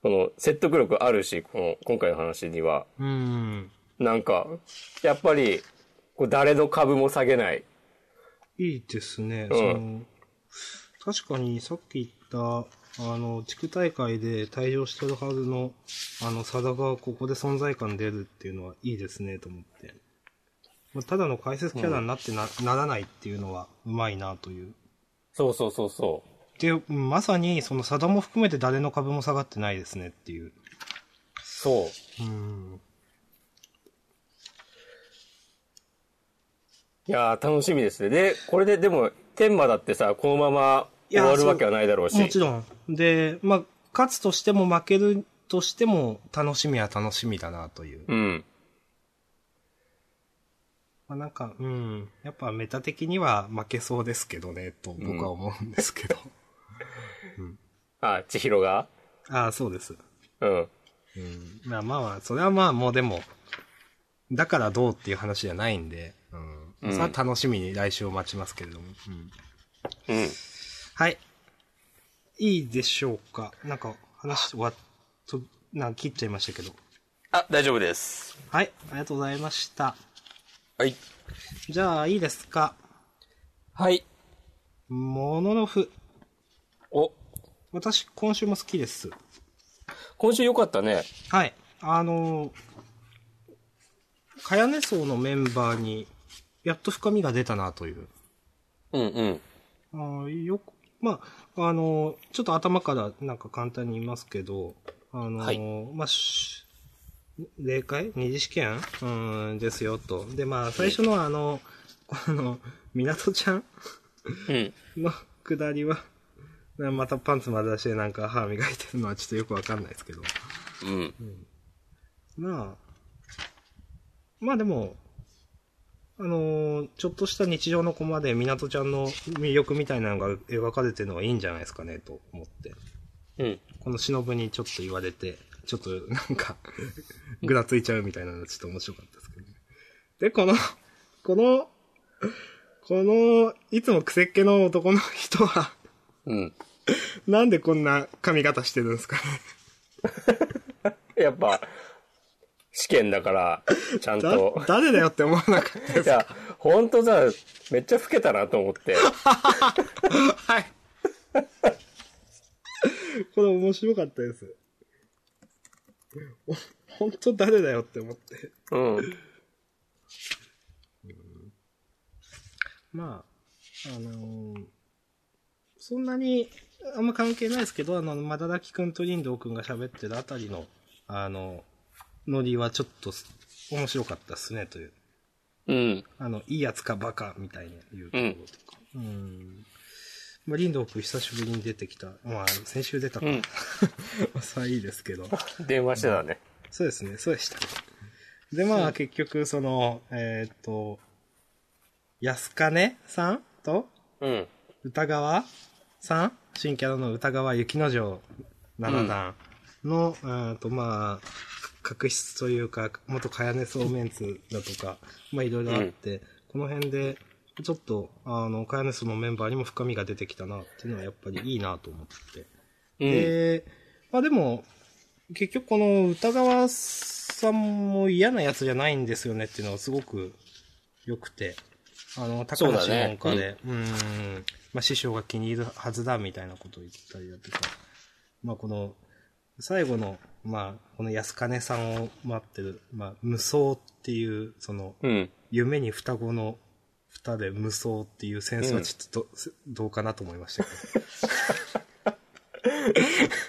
Speaker 2: この説得力あるし、この今回の話には。
Speaker 1: うーん。
Speaker 2: なんか、やっぱり、こう誰の株も下げない。
Speaker 1: いいですね。
Speaker 2: うん
Speaker 1: その確かにさっき言った、あの、地区大会で退場してるはずの、あの、佐田がここで存在感出るっていうのはいいですね、と思って。まあただの解説キャラになってな,、ならないっていうのはうまいなという。
Speaker 2: そうそうそうそ
Speaker 1: で、うんまさにその佐田も含めて誰の株も下がってないですねっていう。
Speaker 2: う。そう。
Speaker 1: うん。
Speaker 2: いやー、楽しみですね。で、これででも、天馬だってさ、このまま終わるわけはないだろうし。
Speaker 1: もちろん。で、まあ、勝つとしても負けるとしても楽しみは楽しみだなという。
Speaker 2: うん。
Speaker 1: まあ、なんか、うん、やっぱメタ的には負けそうですけどね、と僕は思うんです けど。
Speaker 2: あ、千尋が
Speaker 1: ああ、そうです。
Speaker 2: うん。
Speaker 1: うん、まあまあまあ、それはまあもうでも、だからどうっていう話じゃないんで、う。
Speaker 2: うんん
Speaker 1: さあ楽しみに来週を待ちますけれども。うん、
Speaker 2: うん。
Speaker 1: はい。いいでしょうか。なんか話終わっと、なんか切っちゃいましたけど。
Speaker 2: あ、大丈夫です。
Speaker 1: はい、ありがとうございました。
Speaker 2: はい。
Speaker 1: じゃあ、いいですか。
Speaker 2: はい。
Speaker 1: モノノフ。
Speaker 2: お、
Speaker 1: 私、今週も好きです。
Speaker 2: 今週良かったね。
Speaker 1: はい。あのー、かやね層のメンバーに、やっと深みが出たなという。
Speaker 2: うんうん。
Speaker 1: あーよく、まあ、あのー、ちょっと頭からなんか簡単に言いますけど、あのー、
Speaker 2: はい
Speaker 1: まあ、し例会二次試験うーん、ですよと。で、まあ、最初のあの、この、港ちゃん
Speaker 2: うん。
Speaker 1: の下りは、またパンツ丸出しでなんか歯磨いてるのはちょっとよくわかんないですけど。
Speaker 2: うん。
Speaker 1: まあ、まあでも、あのーちょっとした日常のコマで、港ちゃんの魅力みたいなのが描かれてるのはいいんじゃないですかね、と思って。
Speaker 2: うん。
Speaker 1: この忍にちょっと言われて、ちょっとなんか、ぐらついちゃうみたいなのがちょっと面白かったですけどね。で、この、この、この、いつも癖っ気の男の人は、
Speaker 2: うん。
Speaker 1: なんでこんな髪型してるんですかね。
Speaker 2: やっぱ、試験だから、ちゃん
Speaker 1: だ
Speaker 2: と。
Speaker 1: 誰だよって思わなかったで
Speaker 2: いや、ほんとさ、めっちゃ老けたなと思 って。
Speaker 1: す。 はい。これ面白かったです。ほんと誰だよって思って。
Speaker 2: うん。
Speaker 1: まあ、あのーそんなに、あんま関係ないですけど、あの、まだらきくんとりんどうくんが喋ってるあたりの、あの、ノリはちょっとす面白かったっすね、という。
Speaker 2: うん。
Speaker 1: あの、いいやつかバカみたいな言うところとか。うん。まあ、リンドウ君久しぶりに出てきた。まあ、先週出たか。
Speaker 2: う
Speaker 1: ら
Speaker 2: ん
Speaker 1: まあ、さあいいですけど。
Speaker 2: 電話してたね。
Speaker 1: そうですね、そうでした。で、まあ、結局、その、えーっ、と、安金さんと
Speaker 2: うん。
Speaker 1: 歌川さん新キャラの歌川雪之丞七段の、えーっと、まあ、確執というか、元かやねそうメンツだとか、まあいろいろあって、この辺で、ちょっと、あの、かやねそのメンバーにも深みが出てきたなっていうのはやっぱりいいなと思って。
Speaker 2: うん。
Speaker 1: で、まあでも、結局この歌川さんも嫌なやつじゃないんですよねっていうのはすごく良くて、あの、高
Speaker 2: そうだ
Speaker 1: 梨
Speaker 2: ね
Speaker 1: 文化で、う,、ん、まあ師匠が気に入るはずだみたいなことを言ったりだとか、まあこの、最後の、まあ、この安金さんを待ってる、まあ、無双っていう、その、
Speaker 2: うん。
Speaker 1: 夢に双子の蓋で無双っていうセンスはちょっとど,、どうかなと思いましたけど。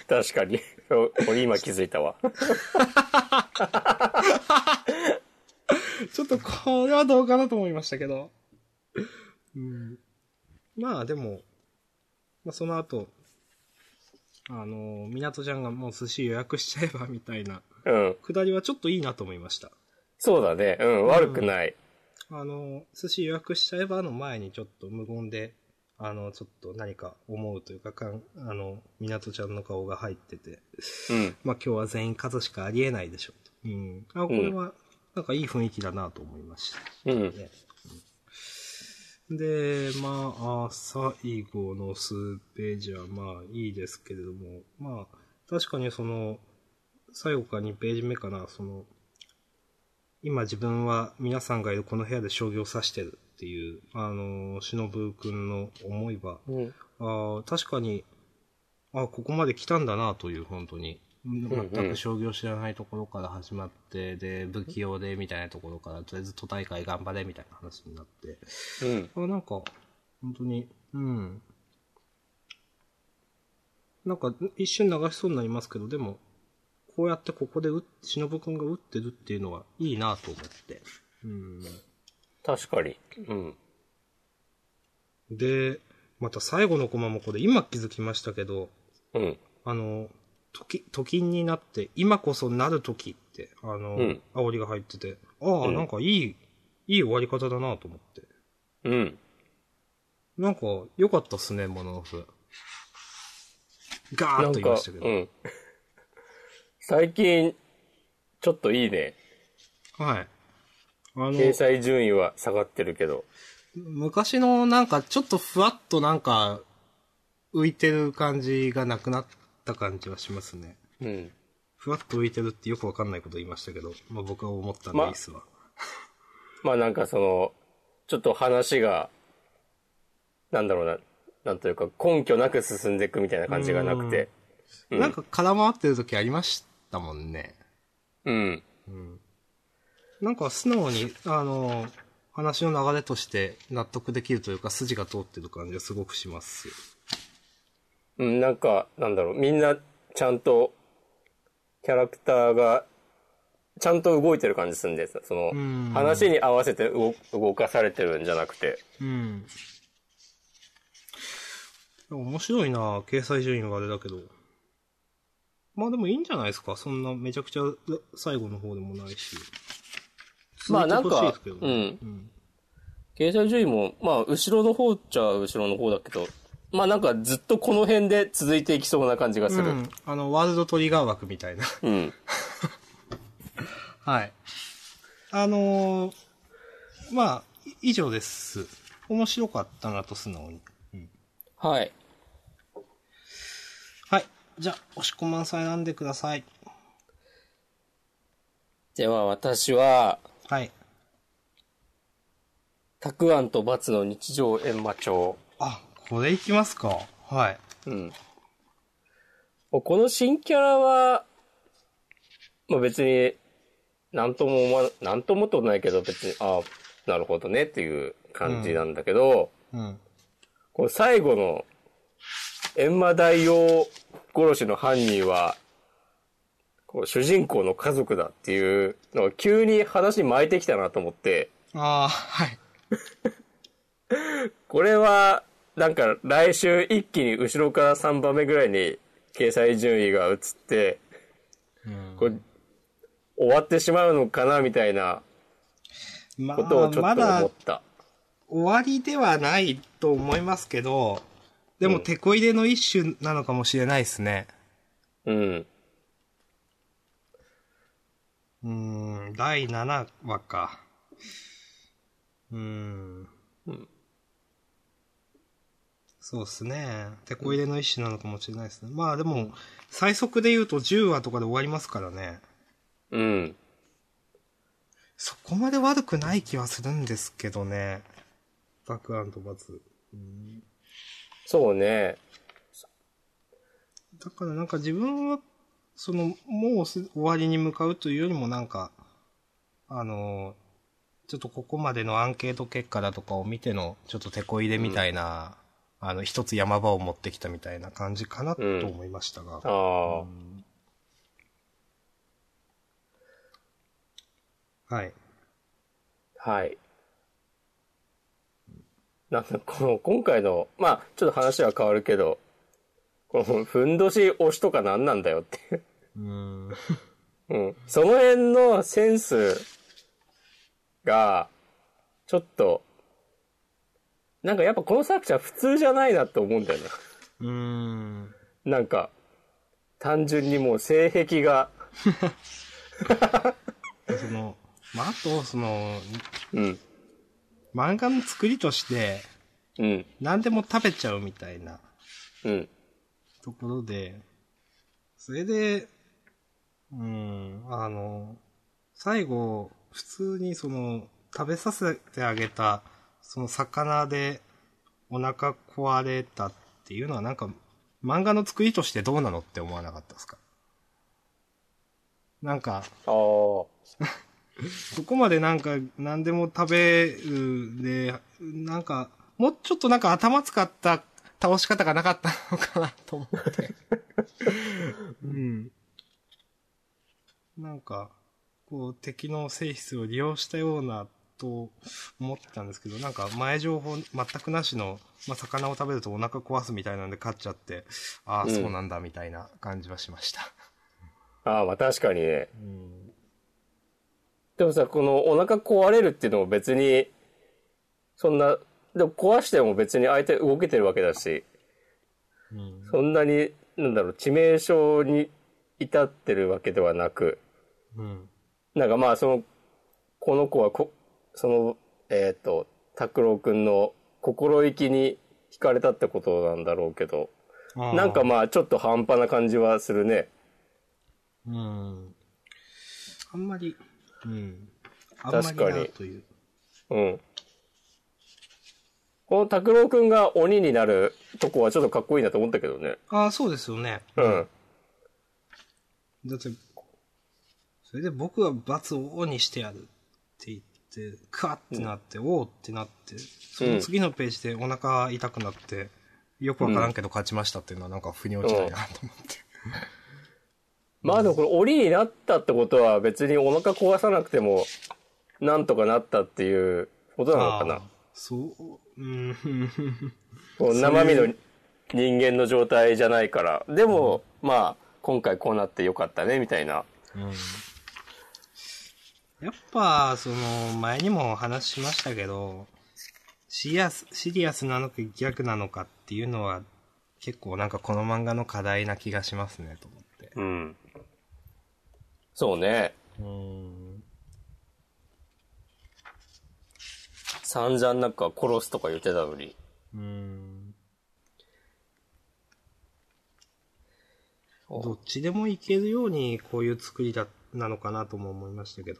Speaker 2: 確かに。 そう俺今気づいたわ。
Speaker 1: ちょっとこれはどうかなと思いましたけど。うん、まあでも、まあ、その後、あのー、港ちゃんがもう寿司予約しちゃえばみたいな、
Speaker 2: うん。
Speaker 1: くだりはちょっといいなと思いました。
Speaker 2: そうだね。うん、悪くない。
Speaker 1: あの、寿司予約しちゃえばの前にちょっと無言で、あの、ちょっと何か思うというか、かんあの、港ちゃんの顔が入ってて、
Speaker 2: うん。
Speaker 1: まあ今日は全員数しかありえないでしょうと。うん。あ、これは、なんかいい雰囲気だなと思いました。
Speaker 2: うん。
Speaker 1: ね。で、まあ、最後の数ページはまあいいですけれども、まあ、確かにその、最後か2ページ目かな、その、今自分は皆さんがいるこの部屋で将棋を指してるっていう、あの、忍くんの思いは、
Speaker 2: うん。
Speaker 1: ああ、確かに、あここまで来たんだなという、本当に。全く将棋を知らないところから始まって、で、不器用で、みたいなところから、とりあえず都大会頑張れ、みたいな話になって。
Speaker 2: うん。
Speaker 1: あなんか、本当に、うん。なんか、一瞬流しそうになりますけど、でも、こうやってここで打っ、忍君が打ってるっていうのは、いいなと思って。うん。
Speaker 2: 確かに。うん。
Speaker 1: で、また最後のコマもこれ、今気づきましたけど、
Speaker 2: うん。
Speaker 1: あの、時、時になって、今こそなる時って、あの、
Speaker 2: うん
Speaker 1: 煽りが入ってて、ああ、
Speaker 2: うん
Speaker 1: なんかいい、いい終わり方だなと思って。
Speaker 2: うん。
Speaker 1: なんか、良かったっすね、モノオフ。ガー
Speaker 2: な
Speaker 1: ッ
Speaker 2: ん
Speaker 1: と言いま
Speaker 2: か
Speaker 1: した、け
Speaker 2: う
Speaker 1: ど。
Speaker 2: ん。最近、ちょっといいね。
Speaker 1: はい。あの、
Speaker 2: 掲載順位は下がってるけど。
Speaker 1: 昔のなんか、ちょっとふわっとなんか、浮いてる感じがなくなった感じはしますね。
Speaker 2: うん。
Speaker 1: ふわっと浮いてるってよくわかんないこと言いましたけど、まあ僕は思ったんでいいっすわ。
Speaker 2: まあなんかその、ちょっと話が、なんだろうな、なんというか根拠なく進んでいくみたいな感じがなくて。うん
Speaker 1: なんか空回ってる時ありましたもんね。
Speaker 2: うん。
Speaker 1: なんか素直に、あの、話の流れとして納得できるというか、筋が通ってる感じがすごくします。
Speaker 2: うん、なんか、なんだろう、みんなちゃんと、キャラクターが、ちゃんと動いてる感じするんです。その
Speaker 1: うん、
Speaker 2: 話に合わせて動動かされてるんじゃなくて。
Speaker 1: うん。でも面白いな掲載順位はあれだけど。まあでもいいんじゃないですかそんなめちゃくちゃ最後の方でもないし。
Speaker 2: まあなん
Speaker 1: 続いてほしいで
Speaker 2: か
Speaker 1: すけ、ど
Speaker 2: う
Speaker 1: ね
Speaker 2: ん。
Speaker 1: うん。
Speaker 2: 経済順位も、まあ、後ろの方っちゃ後ろの方だけど、まあなんかずっとこの辺で続いていきそうな感じがす
Speaker 1: う
Speaker 2: る。
Speaker 1: ん。あの、ワールドトリガー枠みたいな。
Speaker 2: うん。
Speaker 1: はい。あのーまあ、い以上です。面白かったなと素直に。
Speaker 2: はい。
Speaker 1: はい。じゃあ、押し込まんさん選んでください。
Speaker 2: では私は、
Speaker 1: はい。
Speaker 2: たくあんと罰の日常閻魔帳。
Speaker 1: あ、これいきますか。はい。
Speaker 2: うん。この新キャラは、まあ別に、なんとも思わ、なんともとないけど別に、ああ、なるほどねっていう感じなんだけど、
Speaker 1: うん。
Speaker 2: この最後の、閻魔大王殺しの犯人は、こう主人公の家族だっていうのが急に話に巻いてきたなと思って、
Speaker 1: ああ、はい。
Speaker 2: これは、なんか来週一気に後ろから3番目ぐらいに掲載順位が移って、
Speaker 1: うん
Speaker 2: これ、終わってしまうのかなみたいな
Speaker 1: ま
Speaker 2: ことをちょ
Speaker 1: ま
Speaker 2: っと思
Speaker 1: だ
Speaker 2: った。
Speaker 1: 終わりではないと思いますけど、でも、
Speaker 2: うん
Speaker 1: テこ入れの一種なのかもしれないですね。
Speaker 2: うん。
Speaker 1: うーん、第7話か。うーん。
Speaker 2: うん
Speaker 1: そうっすね。テこ入れの一種なのかもしれないですね。まあでも、最速で言うと10話とかで終わりますからね。
Speaker 2: うん。
Speaker 1: そこまで悪くない気はするんですけどね。バックアンドバツ。
Speaker 2: そうね。
Speaker 1: だからなんか自分は、その、もうす終わりに向かうというよりもなんか、あのー、ちょっとここまでのアンケート結果だとかを見ての、ちょっと手こ入れみたいな、あの、一つ山場を持ってきたみたいな感じかなと思いましたが。
Speaker 2: ああ。
Speaker 1: はい。
Speaker 2: はい。なんか、この、今回の、まあ、ちょっと話は変わるけど、この、ふんどし押しとか何なんだよっていう。
Speaker 1: うーん。
Speaker 2: うん。その辺のセンスが、ちょっと、なんかやっぱこの作者普通じゃないなって思うんだよね。
Speaker 1: うーん。
Speaker 2: なんか、単純にもう性癖が、
Speaker 1: その、まあ、あと、その、
Speaker 2: うん、
Speaker 1: 漫画の作りとして、
Speaker 2: うん、
Speaker 1: 何でも食べちゃうみたいな
Speaker 2: うん、
Speaker 1: ところで、それで、うん、あの、最後、普通にその、食べさせてあげた、その魚でお腹壊れたっていうのはなんか、漫画の作りとしてどうなのって思わなかったですかなんか、
Speaker 2: ああ、
Speaker 1: そこまでなんか何でも食べるで、なんか、もうちょっとなんか頭使った倒し方がなかったのかなと思って。うん。なんか、こう敵の性質を利用したようなと思ってたんですけど、なんか前情報全くなしの、まあ、魚を食べるとお腹壊すみたいなんで飼っちゃって、ああ、
Speaker 2: うん
Speaker 1: そうなんだみたいな感じはしました。
Speaker 2: ああ、まあ確かにね。
Speaker 1: うん。
Speaker 2: でもさ、このお腹壊れるっていうのも別に、そんな、でも壊しても別に相手動けてるわけだし、
Speaker 1: うん。
Speaker 2: そんなに、なんだろう、致命傷に至ってるわけではなく、
Speaker 1: うん。
Speaker 2: なんかまあ、その、この子はこ、その、えっ、と、拓郎くんの心意気に惹かれたってことなんだろうけど、なんかまあ、ちょっと半端な感じはするね。
Speaker 1: うん。あんまり、うん。あんま
Speaker 2: 確
Speaker 1: り
Speaker 2: かに
Speaker 1: なという。
Speaker 2: うん。この拓郎くんが鬼になるとこはちょっとかっこいいなと思ったけどね。
Speaker 1: ああ、そうですよね。
Speaker 2: うん。
Speaker 1: だって、それで僕は罰を王にしてやるって言って、カッってなって、王ってなって、その次のページでお腹痛くなって、よくわからんけど勝ちましたっていうのはなんか腑に落ちないなと思って。
Speaker 2: まあでもこれ檻になったってことは別にお腹壊さなくてもなんとかなったっていうことなのか
Speaker 1: あ
Speaker 2: な
Speaker 1: ー。そう、うん、う
Speaker 2: こう生身の人間の状態じゃないから。でも、まあ今回こうなってよかったねみたい
Speaker 1: ん。
Speaker 2: な。
Speaker 1: やっぱ、その、前にもお話ししましたけど、シリアス、シリアスなのか逆なのかっていうのは、結構なんかこの漫画の課題な気がしますね、と思って。
Speaker 2: うん。そうね。
Speaker 1: うん。
Speaker 2: 散々なんか殺すとか言ってたのに。
Speaker 1: うん。どっちでもいけるように、こういう作りだ、なのかなとも思いましたけど、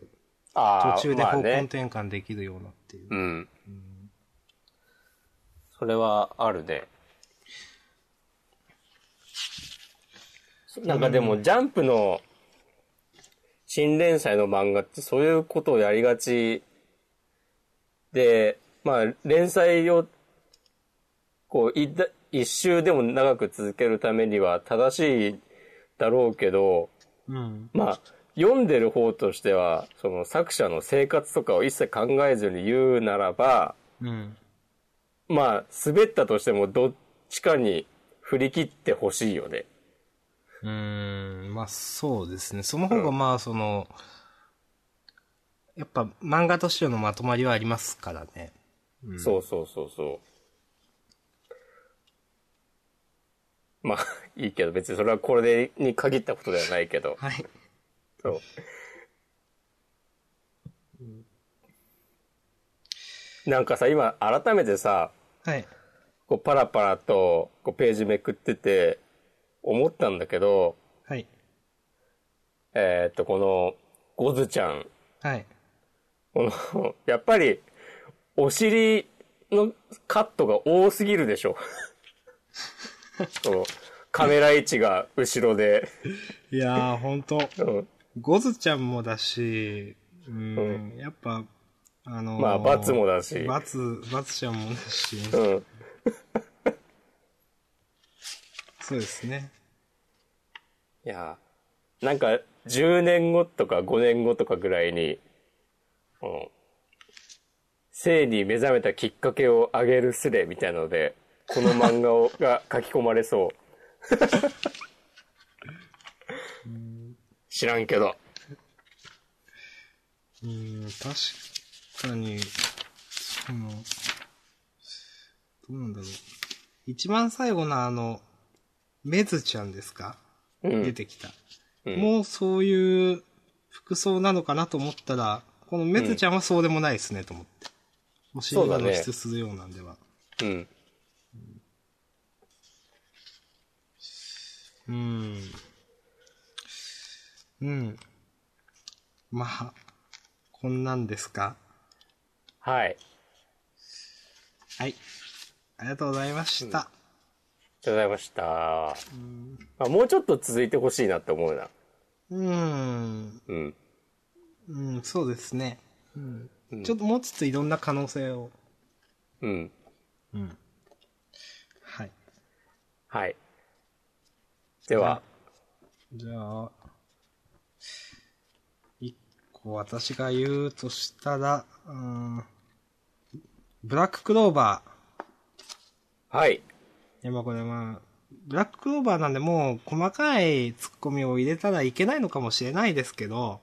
Speaker 2: ああ、
Speaker 1: 途中で
Speaker 2: まあ
Speaker 1: 方向
Speaker 2: ね
Speaker 1: 転換できるようなっていう。
Speaker 2: うん。それはあるね。なんかでも、ジャンプの新連載の漫画ってそういうことをやりがちで、まあ、連載を、こう、いだ一周でも長く続けるためには正しいだろうけど、
Speaker 1: うん。
Speaker 2: まあ、読んでる方としては、その作者の生活とかを一切考えずに言うならば、
Speaker 1: うん。
Speaker 2: まあ、滑ったとしてもどっちかに振り切ってほしいよね。
Speaker 1: うーん、まあそうですね。その方がまあその、やっぱ漫画としてのまとまりはありますからね。
Speaker 2: そうそうそう そう。まあ、いいけど別にそれはこれに限ったことではないけど。
Speaker 1: はい。
Speaker 2: そう。なんかさ、今改めてさ、
Speaker 1: はい。
Speaker 2: こうパラパラとこうページめくってて思ったんだけど、
Speaker 1: はい。
Speaker 2: えーっと、このゴズちゃん。
Speaker 1: はい。
Speaker 2: この、 やっぱり、お尻のカットが多すぎるでしょ。そうカメラ位置が後ろで。
Speaker 1: いやー、ほんと、
Speaker 2: うん
Speaker 1: ゴズちゃんもだし、うーん、やっぱ、あのー
Speaker 2: まあ、バツもだし。
Speaker 1: バツ、バツちゃんもだし、
Speaker 2: うん。
Speaker 1: そうですね。
Speaker 2: いや、なんか、10年後とか5年後とかぐらいに、この性に目覚めたきっかけをあげるすれみたいなので、この漫画をが書き込まれそう。知らんけど。
Speaker 1: うーん、確さに、その、どうなんだろう。一番最後のあの、メズちゃんですか、
Speaker 2: うん
Speaker 1: 出てきた。
Speaker 2: うん
Speaker 1: もうそういう服装なのかなと思ったら、このメズちゃんはそうでもないですね、と思って。お尻が露出するようなんでは。
Speaker 2: うん。
Speaker 1: うん。うん。まあ、こんなんですか。
Speaker 2: はい。
Speaker 1: はい。ありがとうございました。
Speaker 2: ありがとうございました。まあ、もうちょっと続いてほしいなって思うな。
Speaker 1: うん。
Speaker 2: うん。
Speaker 1: うん、そうですね。
Speaker 2: うん
Speaker 1: ちょっともうちょっといろんな可能性を。
Speaker 2: うん。
Speaker 1: うん。はい。
Speaker 2: はい。では、
Speaker 1: じゃあ、一個私が言うとしたら、うん、ブラッククローバー。
Speaker 2: はい。
Speaker 1: いや、まあこれまあ、ブラッククローバーなんでもう細かいツッコミを入れたらいけないのかもしれないですけど、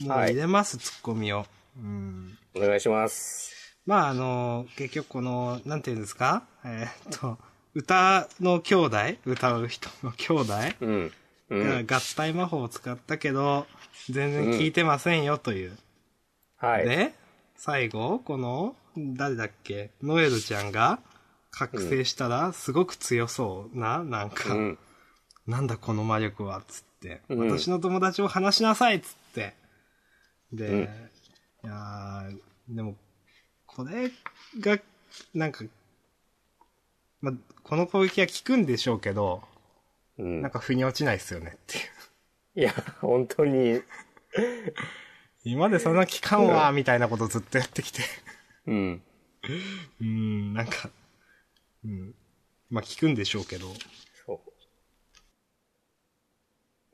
Speaker 1: もう
Speaker 2: はい
Speaker 1: 入れます、ツッコミを。うん。
Speaker 2: お願いします。
Speaker 1: まああの、結局この、なんていうんですかえーっと、歌の兄弟歌う人の兄弟
Speaker 2: うん。う
Speaker 1: が
Speaker 2: ん。
Speaker 1: 合体魔法を使ったけど、全然効いてませんよという。
Speaker 2: はい。
Speaker 1: で、最後、この、誰だっけノエルちゃんが覚醒したら、すごく強そうな、なん
Speaker 2: う
Speaker 1: か、
Speaker 2: ん。
Speaker 1: なんだこの魔力は、つって、
Speaker 2: うん
Speaker 1: 私の友達を話しなさい、つって。で、
Speaker 2: うん
Speaker 1: いやーでも、これが、なんか、ま、この攻撃は効くんでしょうけど、
Speaker 2: うん
Speaker 1: なん。か腑に落ちないですよねっていう。
Speaker 2: いや、本当に、
Speaker 1: 今までそんな効かんわ、みたいなことずっとやってきて。
Speaker 2: うん。
Speaker 1: うん、なんか、うん。まあ、効くんでしょうけど。
Speaker 2: そ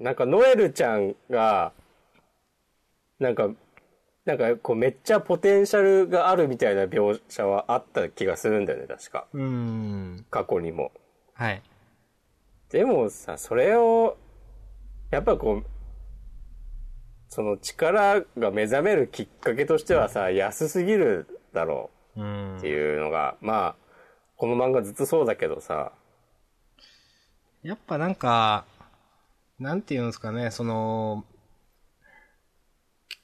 Speaker 2: う。なんか、ノエルちゃんが、なんか、なんか、こう、めっちゃポテンシャルがあるみたいな描写はあった気がするんだよね、確か。
Speaker 1: うん。
Speaker 2: 過去にも。
Speaker 1: はい。
Speaker 2: でもさ、それを、やっぱこう、その力が目覚めるきっかけとしてはさ、安すぎるだろ
Speaker 1: う
Speaker 2: うんって。いうのが、まあ、この漫画ずっとそうだけどさ、
Speaker 1: やっぱなんか、なんていうんですかね、その、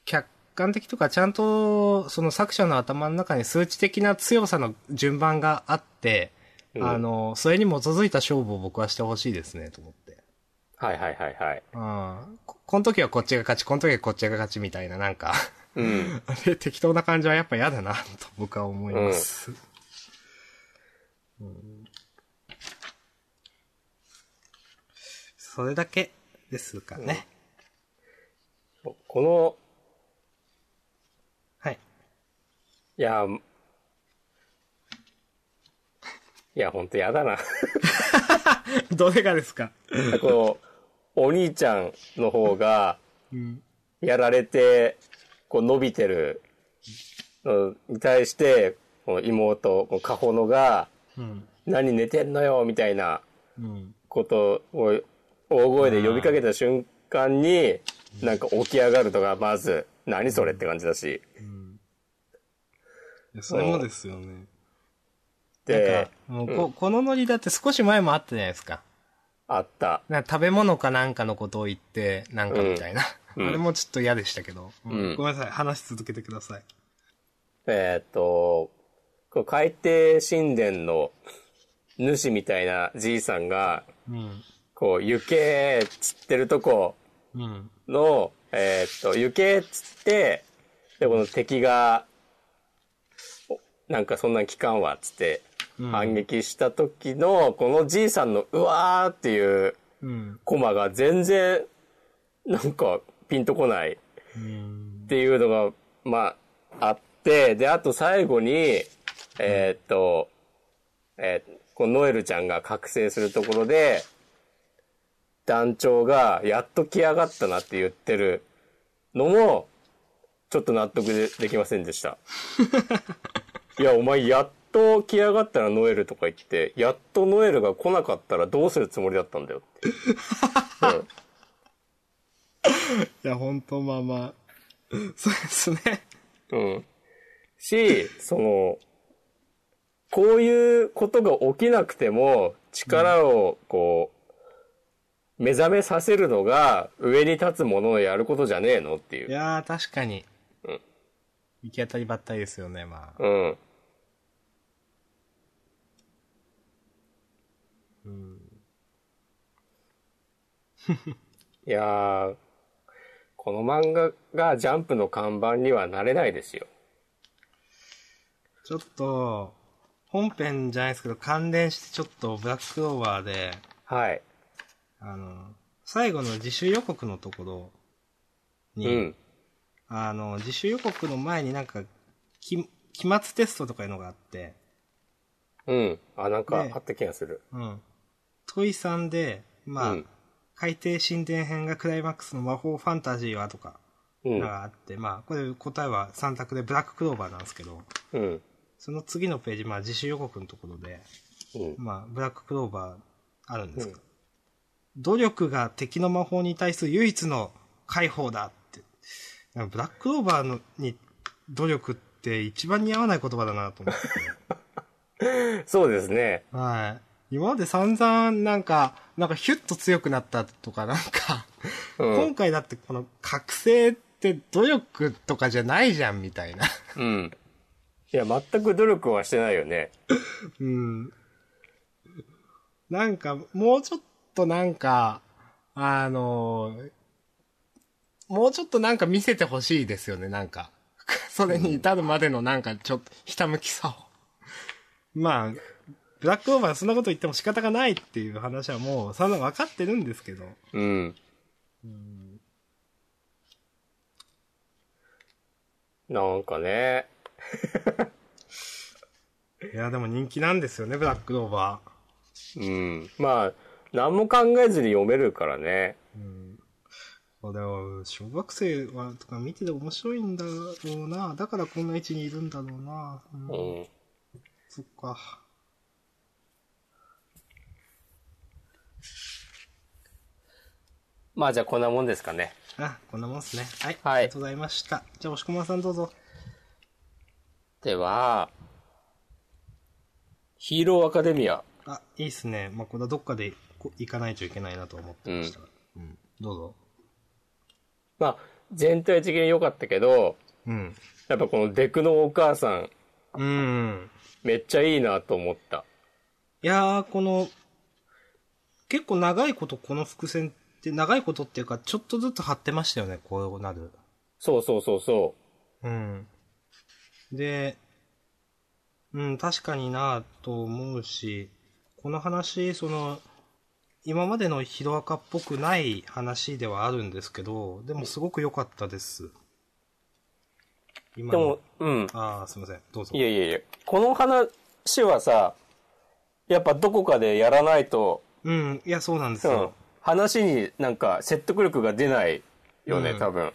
Speaker 1: 客観的とかちゃんと、その作者の頭の中に数値的な強さの順番があって、
Speaker 2: うん
Speaker 1: あの、それに基づいた勝負を僕はしてほしいですね、と思って。
Speaker 2: はいはいはいはい。
Speaker 1: うん。ここの時はこっちが勝ち、この時はこっちが勝ちみたいな、なんか。
Speaker 2: うん。
Speaker 1: あれ、適当な感じはやっぱ嫌だな、と僕は思います。うんそれだけですかね。
Speaker 2: この、
Speaker 1: はい。
Speaker 2: いや、いや、ほんとや だな。
Speaker 1: どれがですか
Speaker 2: こう、お兄ちゃんの方が、
Speaker 1: うん。
Speaker 2: やられて、こう伸びてるのに対して、この妹、このカホノが、
Speaker 1: うん。
Speaker 2: 何寝てんのよ、みたいな
Speaker 1: うん。
Speaker 2: ことを大声で呼びかけた瞬間に、なんか起き上がるとか、まず、何それって感じだし。
Speaker 1: うん。いや、それもですよね。なん
Speaker 2: で
Speaker 1: か、、もうこ、このノリだって少し前もあったじゃないですか。
Speaker 2: あった。
Speaker 1: なんか食べ物かなんかのことを言って、なんかみたいな。
Speaker 2: うん
Speaker 1: あれもちょっと嫌でしたけど、うん
Speaker 2: うん
Speaker 1: ごめんなさい。話し続けてください。
Speaker 2: えーっと、こう海底神殿の主みたいなじいさんが、
Speaker 1: うん。
Speaker 2: こう、行けーっつってるとこ
Speaker 1: うん。
Speaker 2: の、えーっと、行けーっつって、で、この敵が、おなんかそんなん聞かんわっつって、
Speaker 1: うん
Speaker 2: 反撃した時の、このじいさんのうわーっていう
Speaker 1: うん。
Speaker 2: コマが全然、なんかピンとこない。
Speaker 1: うん
Speaker 2: っていうのが、まあ、あって、で、あと最後に、えーっと、えーこのノエルちゃんが覚醒するところで、団長が、やっと来やがったなって言ってるのも、ちょっと納得でできませんでした。いや、お前、やっと来やがったらノエルとか言って、やっとノエルが来なかったらどうするつもりだったんだよって。うん
Speaker 1: いや、ほんとまあまあ。そうですね。
Speaker 2: うん。し、その、こういうことが起きなくても、力をこう、目覚めさせるのが、上に立つものをやることじゃねえのってい。
Speaker 1: いうやー、確かに。
Speaker 2: うん
Speaker 1: 行き当たりばったりですよね、まあ。
Speaker 2: うん。 いやー、この漫画がジャンプの看板にはなれないですよ。
Speaker 1: ちょっと、本編じゃないですけど、関連してちょっと、ブラッククローバーで、
Speaker 2: はい。
Speaker 1: あの、最後の自主予告のところ
Speaker 2: う
Speaker 1: に、
Speaker 2: ん。
Speaker 1: あの、自主予告の前になんか、期期末テストとかいうのがあって、
Speaker 2: うん。あ、なんか
Speaker 1: ね
Speaker 2: あった気がする。
Speaker 1: うん。問いさんで、まあ、
Speaker 2: うん
Speaker 1: 海底神殿編がクライマックスの魔法ファンタジーはとか、
Speaker 2: うん。
Speaker 1: があって、まあ、これ答えは3択でブラッククローバーなんですけど、
Speaker 2: うん。
Speaker 1: その次のページ、まあ、自主予告のところで、
Speaker 2: うん。
Speaker 1: まあ、ブラッククローバーあるんですけど、
Speaker 2: う
Speaker 1: 努力が敵の魔法に対する唯一の解放だって。なんかブラッククローバーのに努力って一番似合わない言葉だなと思 って。
Speaker 2: そうですね。
Speaker 1: はい。今まで散々なんか、なんかヒュッと強くなったとかなんか、
Speaker 2: うん
Speaker 1: 今。回だってこの覚醒って努力とかじゃないじゃんみたいな。
Speaker 2: うん。いや、全く努力はしてないよね。
Speaker 1: うん。なんか、もうちょっとなんか、あのもうちょっとなんか見せてほしいですよね、なんか。 それに至るまでのなんかちょっとひたむきさを。まあ、ブラックオーバーそんなこと言っても仕方がないっていう話はもう、そんなの分かってるんですけど。
Speaker 2: うん。なんかね。
Speaker 1: いや、でも人気なんですよね、ブラックオーバー。
Speaker 2: うん。まあ、何も考えずに読めるからね。
Speaker 1: これは、小学生は、とか見てて面白いんだろうな。だからこんな位置にいるんだろうな。うん
Speaker 2: うん。
Speaker 1: そっか。
Speaker 2: まあじゃあこんなもんですかね。
Speaker 1: あ、こんなもんっすね。はい。
Speaker 2: はい
Speaker 1: ありがとうございました。じゃあ、押し込まさんどうぞ。
Speaker 2: では、ヒーローアカデミア。
Speaker 1: あ、いいっすね。まあ、これはどっかでこ行かないといけないなと思ってました。うん。どうぞ。
Speaker 2: まあ、全体的に良かったけど、
Speaker 1: うん。
Speaker 2: やっぱこのデクのお母さん、
Speaker 1: うん。
Speaker 2: めっちゃいいなと思った。
Speaker 1: いやー、この、結構長いことこの伏線って、長いことっていうか、ちょっとずつ張ってましたよね、こうなる。
Speaker 2: そうそうそうそ
Speaker 1: うん。で、うん、確かになと思うし、この話、その、今までのヒロアカっぽくない話ではあるんですけど、でもすごく良かったです。
Speaker 2: う。
Speaker 1: 今
Speaker 2: で
Speaker 1: の
Speaker 2: も、うん。
Speaker 1: ああ、すいません、どうぞ。
Speaker 2: いやいやいや、この話はさ、やっぱどこかでやらないと、
Speaker 1: うん、いや、そうなんです
Speaker 2: そ
Speaker 1: よ
Speaker 2: の。話になんか説得力が出ないよね、
Speaker 1: うん
Speaker 2: 多分。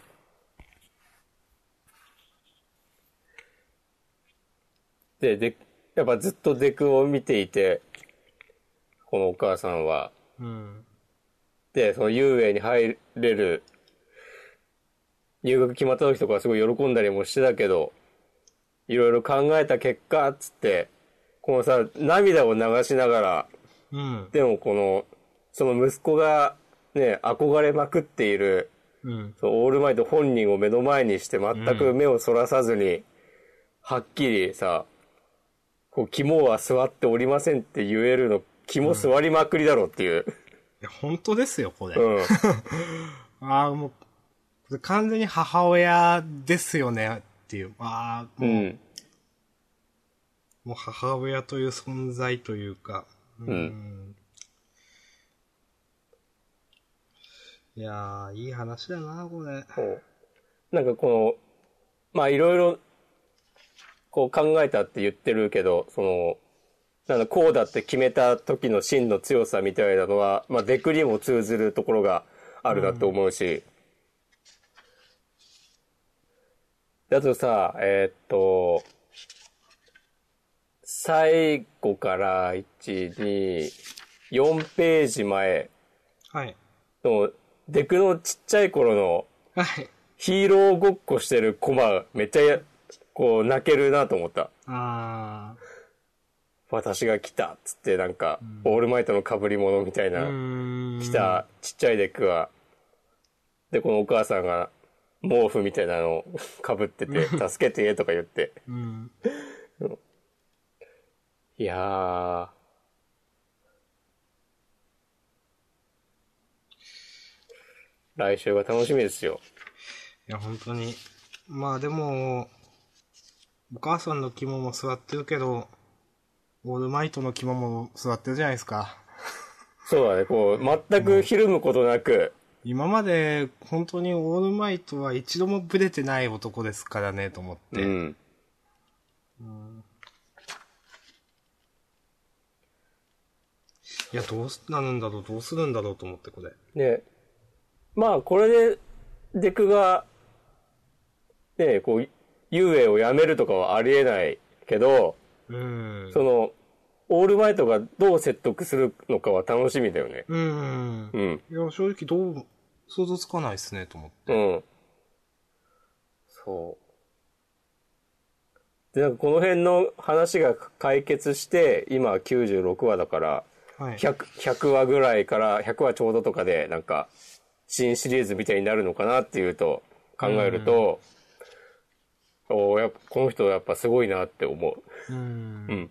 Speaker 2: で、で、やっぱずっとデクを見ていて、このお母さんは。
Speaker 1: うん。
Speaker 2: で、その遊泳に入れる、入学決まった時とかすごい喜んだりもしてたけど、いろいろ考えた結果、つって、このさ、涙を流しながら、
Speaker 1: うん。
Speaker 2: でもこの、その息子がね、憧れまくっている、
Speaker 1: うん。
Speaker 2: そのオールマイト本人を目の前にして全く目をそらさずに、はっきりさ、こう、肝は座っておりませんって言えるの、肝座りまくりだろっていう。
Speaker 1: いや、本当ですよ、これ。
Speaker 2: うん。
Speaker 1: ああ、もう、これ完全に母親ですよね、っていう。ああ、
Speaker 2: う
Speaker 1: もう、
Speaker 2: ん。
Speaker 1: もう母親という存在というか。う。
Speaker 2: うん
Speaker 1: いやー、いい話だな、これ。
Speaker 2: そうなんかこの、まあいろいろ、こう考えたって言ってるけど、その、なんだ、こうだって決めた時の真の強さみたいなのは、まあデクにも通ずるところがあるなと思うし。だとさ、えーっと、最後から1、2、4ページ前
Speaker 1: はい。
Speaker 2: の、デクのちっちゃい頃の
Speaker 1: はい。
Speaker 2: ヒーローごっこしてるコマ、めっちゃこう、泣けるなと思った。
Speaker 1: あ
Speaker 2: 私が来たっつって、なんか、オールマイトの被り物みたい
Speaker 1: あ。う
Speaker 2: な、
Speaker 1: ーん。
Speaker 2: 来。たちっちゃいデクが、で、このお母さんが、毛布みたいなのを被ってて、助けてとか言って。
Speaker 1: うん。
Speaker 2: いやー、来週が楽しみですよ。
Speaker 1: いや、本当に。まあでも、お母さんの肝も座ってるけど、オールマイトの肝も座ってるじゃないですか。
Speaker 2: そうだね、こう、全くひるむことなく、
Speaker 1: 今まで本当にオールマイトは一度もブレてない男ですからね、と思って。
Speaker 2: うん。
Speaker 1: いや、どうすなるんだろう、どうするんだろうと思って、これ。
Speaker 2: で、まあ、これで、デクが、ね、こう、遊泳をやめるとかはありえないけど、
Speaker 1: うん。
Speaker 2: その、オールマイトがどう説得するのかは楽しみだよね。
Speaker 1: うん。
Speaker 2: うん。
Speaker 1: いや、正直どう、想像つかないですね、と思って。
Speaker 2: うん。そう。で、なんかこの辺の話が解決して、今96話だから、
Speaker 1: はい。
Speaker 2: 100、100話ぐらいから、100話ちょうどとかで、なんか、新シリーズみたいになるのかなっていうと、考えると、おおやっぱこの人やっぱすごいなって思う。
Speaker 1: うん
Speaker 2: う。ん。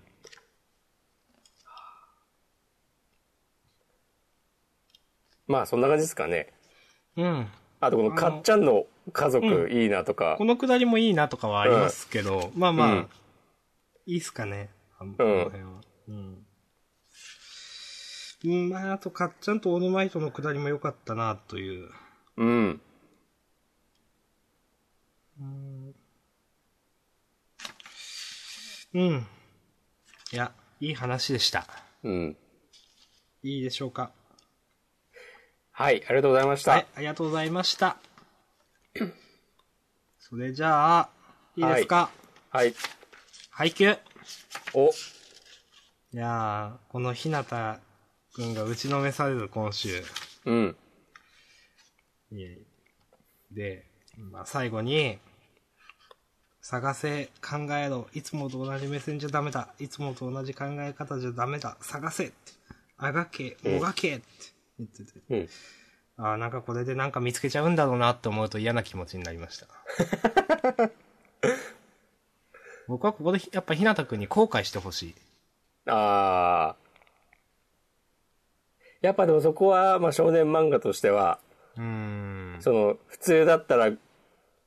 Speaker 2: まあ、そんな感じですかね。
Speaker 1: うん。
Speaker 2: あとこのかっちゃんの家族いいなとか
Speaker 1: こ、のくだりもいいなとかはありますけど、まあまあ、
Speaker 2: うん
Speaker 1: いいっすかね。あのこの辺は。うん。うん、まあ、あと、かっちゃんとオールマイトのくだりも良かったな、という。
Speaker 2: うん。
Speaker 1: うん。いや、いい話でした。
Speaker 2: うん。
Speaker 1: いいでしょうか。
Speaker 2: はい、ありがとうございました。
Speaker 1: はい、ありがとうございました。 それじゃあ、いいですか、
Speaker 2: はい。
Speaker 1: 配給
Speaker 2: お、
Speaker 1: いやー、この日向くんが打ちのめされる今週。
Speaker 2: うん。
Speaker 1: いえいえで、まあ、最後に、探せ、考えろ、いつもと同じ目線じゃダメだ、いつもと同じ考え方じゃダメだ、探せって、あがけ、もがけって言ってて、
Speaker 2: うん。
Speaker 1: ああ、なんかこれでなんか見つけちゃうんだろうなって思うと嫌な気持ちになりま した。僕はここでひやっぱひなたくんに後悔してほしい。
Speaker 2: あー。やっぱでもそこは、まあ少年漫画としては、
Speaker 1: うーん。
Speaker 2: その、普通だったら、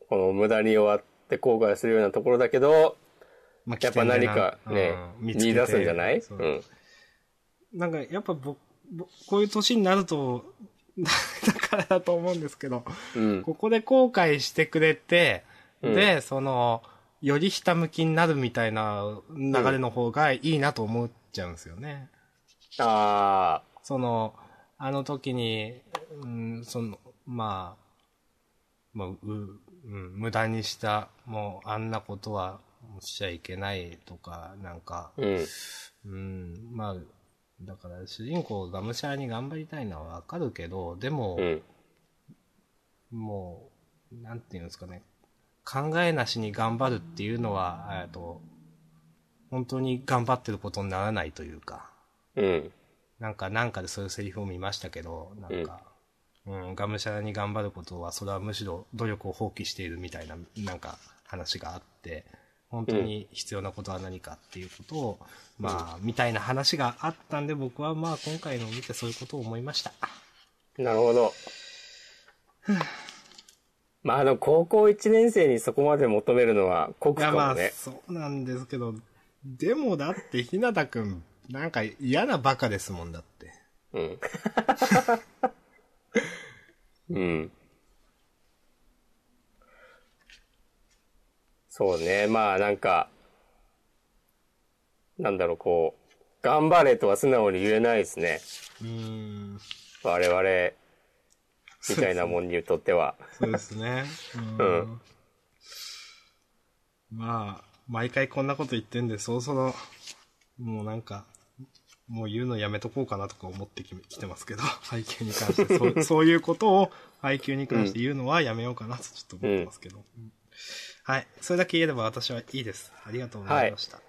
Speaker 2: この無駄に終わって後悔するようなところだけど、
Speaker 1: まあ
Speaker 2: やっぱ何かね、
Speaker 1: うん
Speaker 2: 見
Speaker 1: つけて
Speaker 2: 出すんじゃない。
Speaker 1: そううんなんか、やっぱ僕、僕こういう年になると、 だからだと思うんですけど、
Speaker 2: うん。
Speaker 1: ここで後悔してくれて、
Speaker 2: うん
Speaker 1: で、その、よりひたむきになるみたいな流れの方がいいなと思っちゃうんですよね。
Speaker 2: あ
Speaker 1: その、あの時に、うん、その、まあ、まあ、う、うん、無駄にした、もう、あんなことはしちゃいけないとか、なんか、
Speaker 2: ー。うん。
Speaker 1: うん、まあ、だから主人公がむしゃらに頑張りたいのはわかるけど、でも
Speaker 2: う、ん。
Speaker 1: もう、なんていうんですかね、考えなしに頑張るっていうのは、えっと、本当に頑張ってることにならないというか、
Speaker 2: うん。
Speaker 1: なんか、なんかでそういうセリフを見ましたけど、なんか、うん、がむしゃらに頑張ることは、それはむしろ努力を放棄しているみたいな、なんか話があって、本当に必要なことは何かっていうことを、まあ、みたいな話があったんで、僕はまあ、今回のを見てそういうことを思いました。
Speaker 2: なるほど。まあ、あの、高校1年生にそこまで求めるのは酷
Speaker 1: い
Speaker 2: か
Speaker 1: や、ま
Speaker 2: も
Speaker 1: あ、
Speaker 2: ね。
Speaker 1: そうなんですけど、でもだって、ひなたくん、なんか嫌なバカですもんだって。
Speaker 2: うん。うん。そうね。まあ、なんか、なんだろう、こう、頑張れとは素直に言えないですね。
Speaker 1: うーん。
Speaker 2: 我々、みたいなもんにとっ ては。
Speaker 1: そうですね。う
Speaker 2: うん
Speaker 1: ん。まあ、毎回こんなこと言ってんで、そろそろ、もうなんか、もう言うのやめとこうかなとか思ってききて ますけど、配給に関して、そうそういうことを配給に関して言うのはやめようかなとちょっと思ってますけど。うんはい。それだけ言えれば私はいいです。ありがとうございました。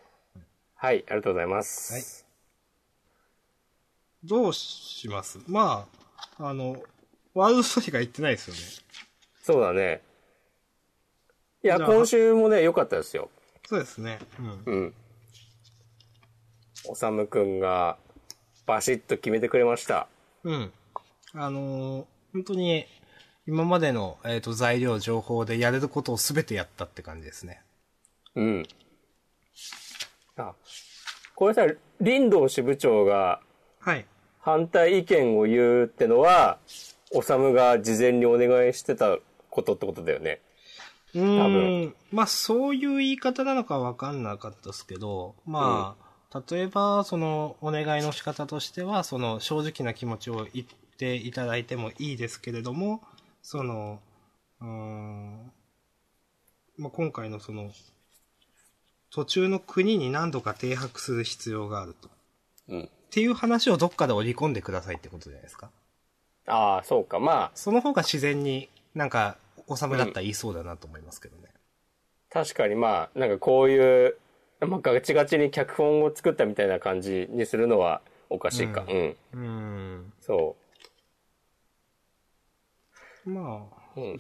Speaker 2: はい、ありがとうございます。
Speaker 1: はいどうしますまあ、あの、ワールドストーリーが言ってないですよね。
Speaker 2: そうだね。いや、
Speaker 1: じゃあ
Speaker 2: 今週もね、良かったですよ。
Speaker 1: そうですね。うん。
Speaker 2: うん。おさむくんが、バシッと決めてくれました。
Speaker 1: うん。あのー本当に、今までの、えっ、と、材料、情報でやれることを全てやったって感じですね。
Speaker 2: うん。あ、これさ、林道支部長が
Speaker 1: はい。
Speaker 2: 反対意見を言うってのは、おさむが事前にお願いしてたことってことだよね。
Speaker 1: うーん。まあ、そういう言い方なのかわかんなかったですけど、まあ、例えば、その、お願いの仕方としては、その、正直な気持ちを言っていただいてもいいですけれども、その、うーん、まあ、今回のその、途中の国に何度か停泊する必要があると。っ
Speaker 2: うん。
Speaker 1: ていう話をどっかで織り込んでくださいってことじゃないですか。
Speaker 2: ああ、そうか。まあ、
Speaker 1: その方が自然になんか、おさめだったら言いそうだなと思いますけどね。
Speaker 2: 確かにまあ、なんかこういう、まあ、ガチガチに脚本を作ったみたいな感じにするのはおかしいか。
Speaker 1: う
Speaker 2: うんん。
Speaker 1: うん
Speaker 2: そ
Speaker 1: まあ、
Speaker 2: う。うん。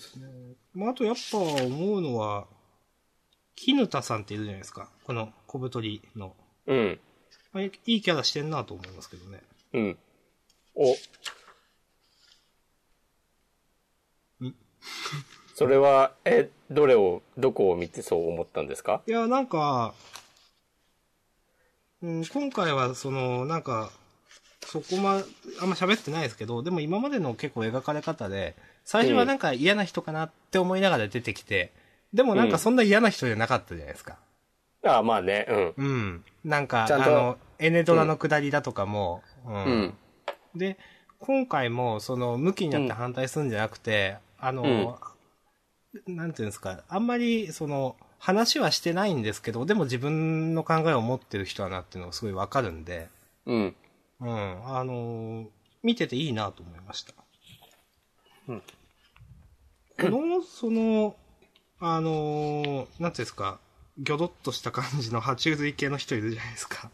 Speaker 1: まあ、あとやっぱ思うのは、絹田さんっているじゃないですか。この小太りの。
Speaker 2: うん。
Speaker 1: まあいいキャラしてんなと思いますけどね。
Speaker 2: うん。お。それは、え、どれを、どこを見てそう思ったんですか
Speaker 1: いや、なんか、うん、今回はその、なんか、そこま、あんま喋ってないですけど、でも今までの結構描かれ方で、最初はなんか嫌な人かなって思いながら出てきて、でもなんかそんな嫌な人じゃなかったじゃないですか。
Speaker 2: ああ、まあね、うん。
Speaker 1: うん。なんか、
Speaker 2: ちゃん
Speaker 1: あ
Speaker 2: と
Speaker 1: の、エネドラの下りだとかも、
Speaker 2: う。ん。
Speaker 1: で、今回も、その、向きになって反対するんじゃなくて、あの、なんていうんですか、あんまり、その、話はしてないんですけど、でも自分の考えを持ってる人だなっていうのがすごいわかるんで、
Speaker 2: うん。
Speaker 1: うん、あの、見てていいなと思いました。
Speaker 2: うん
Speaker 1: この、その、あの、なんていうんですか、ギョドッとした感じの爬虫類系の人いるじゃないですか。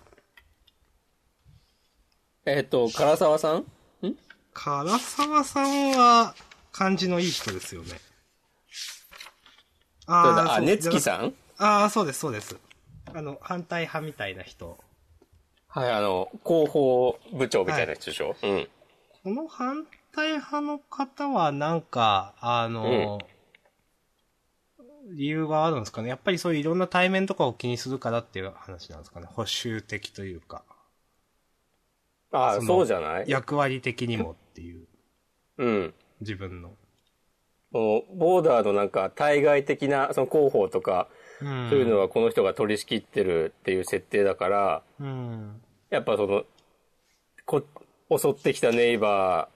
Speaker 2: えっ、と、唐沢さん
Speaker 1: 唐沢さんは、感じのいい人ですよね。
Speaker 2: あ、
Speaker 1: そう
Speaker 2: ねつき
Speaker 1: ん。
Speaker 2: さん
Speaker 1: ああ、そうです、そうです。あの、反対派みたいな人。
Speaker 2: はい、あの、広報部長みたいな人でしょ、うん。
Speaker 1: この反対派の方は、なんか、あの、理由があるんですかね。やっぱりそういういろんな対面とかを気にするからっていう話なんですかね。保守的というか、
Speaker 2: ああ、
Speaker 1: その
Speaker 2: そうじゃない
Speaker 1: 役割的にもっていう、
Speaker 2: うん。
Speaker 1: 自分の。
Speaker 2: もう、ボーダーのなんか、対外的な、その広報とか、
Speaker 1: うん。
Speaker 2: そういうのはこの人が取り仕切ってるっていう設定だから、
Speaker 1: うん。
Speaker 2: やっぱその、こ、襲ってきたネイバ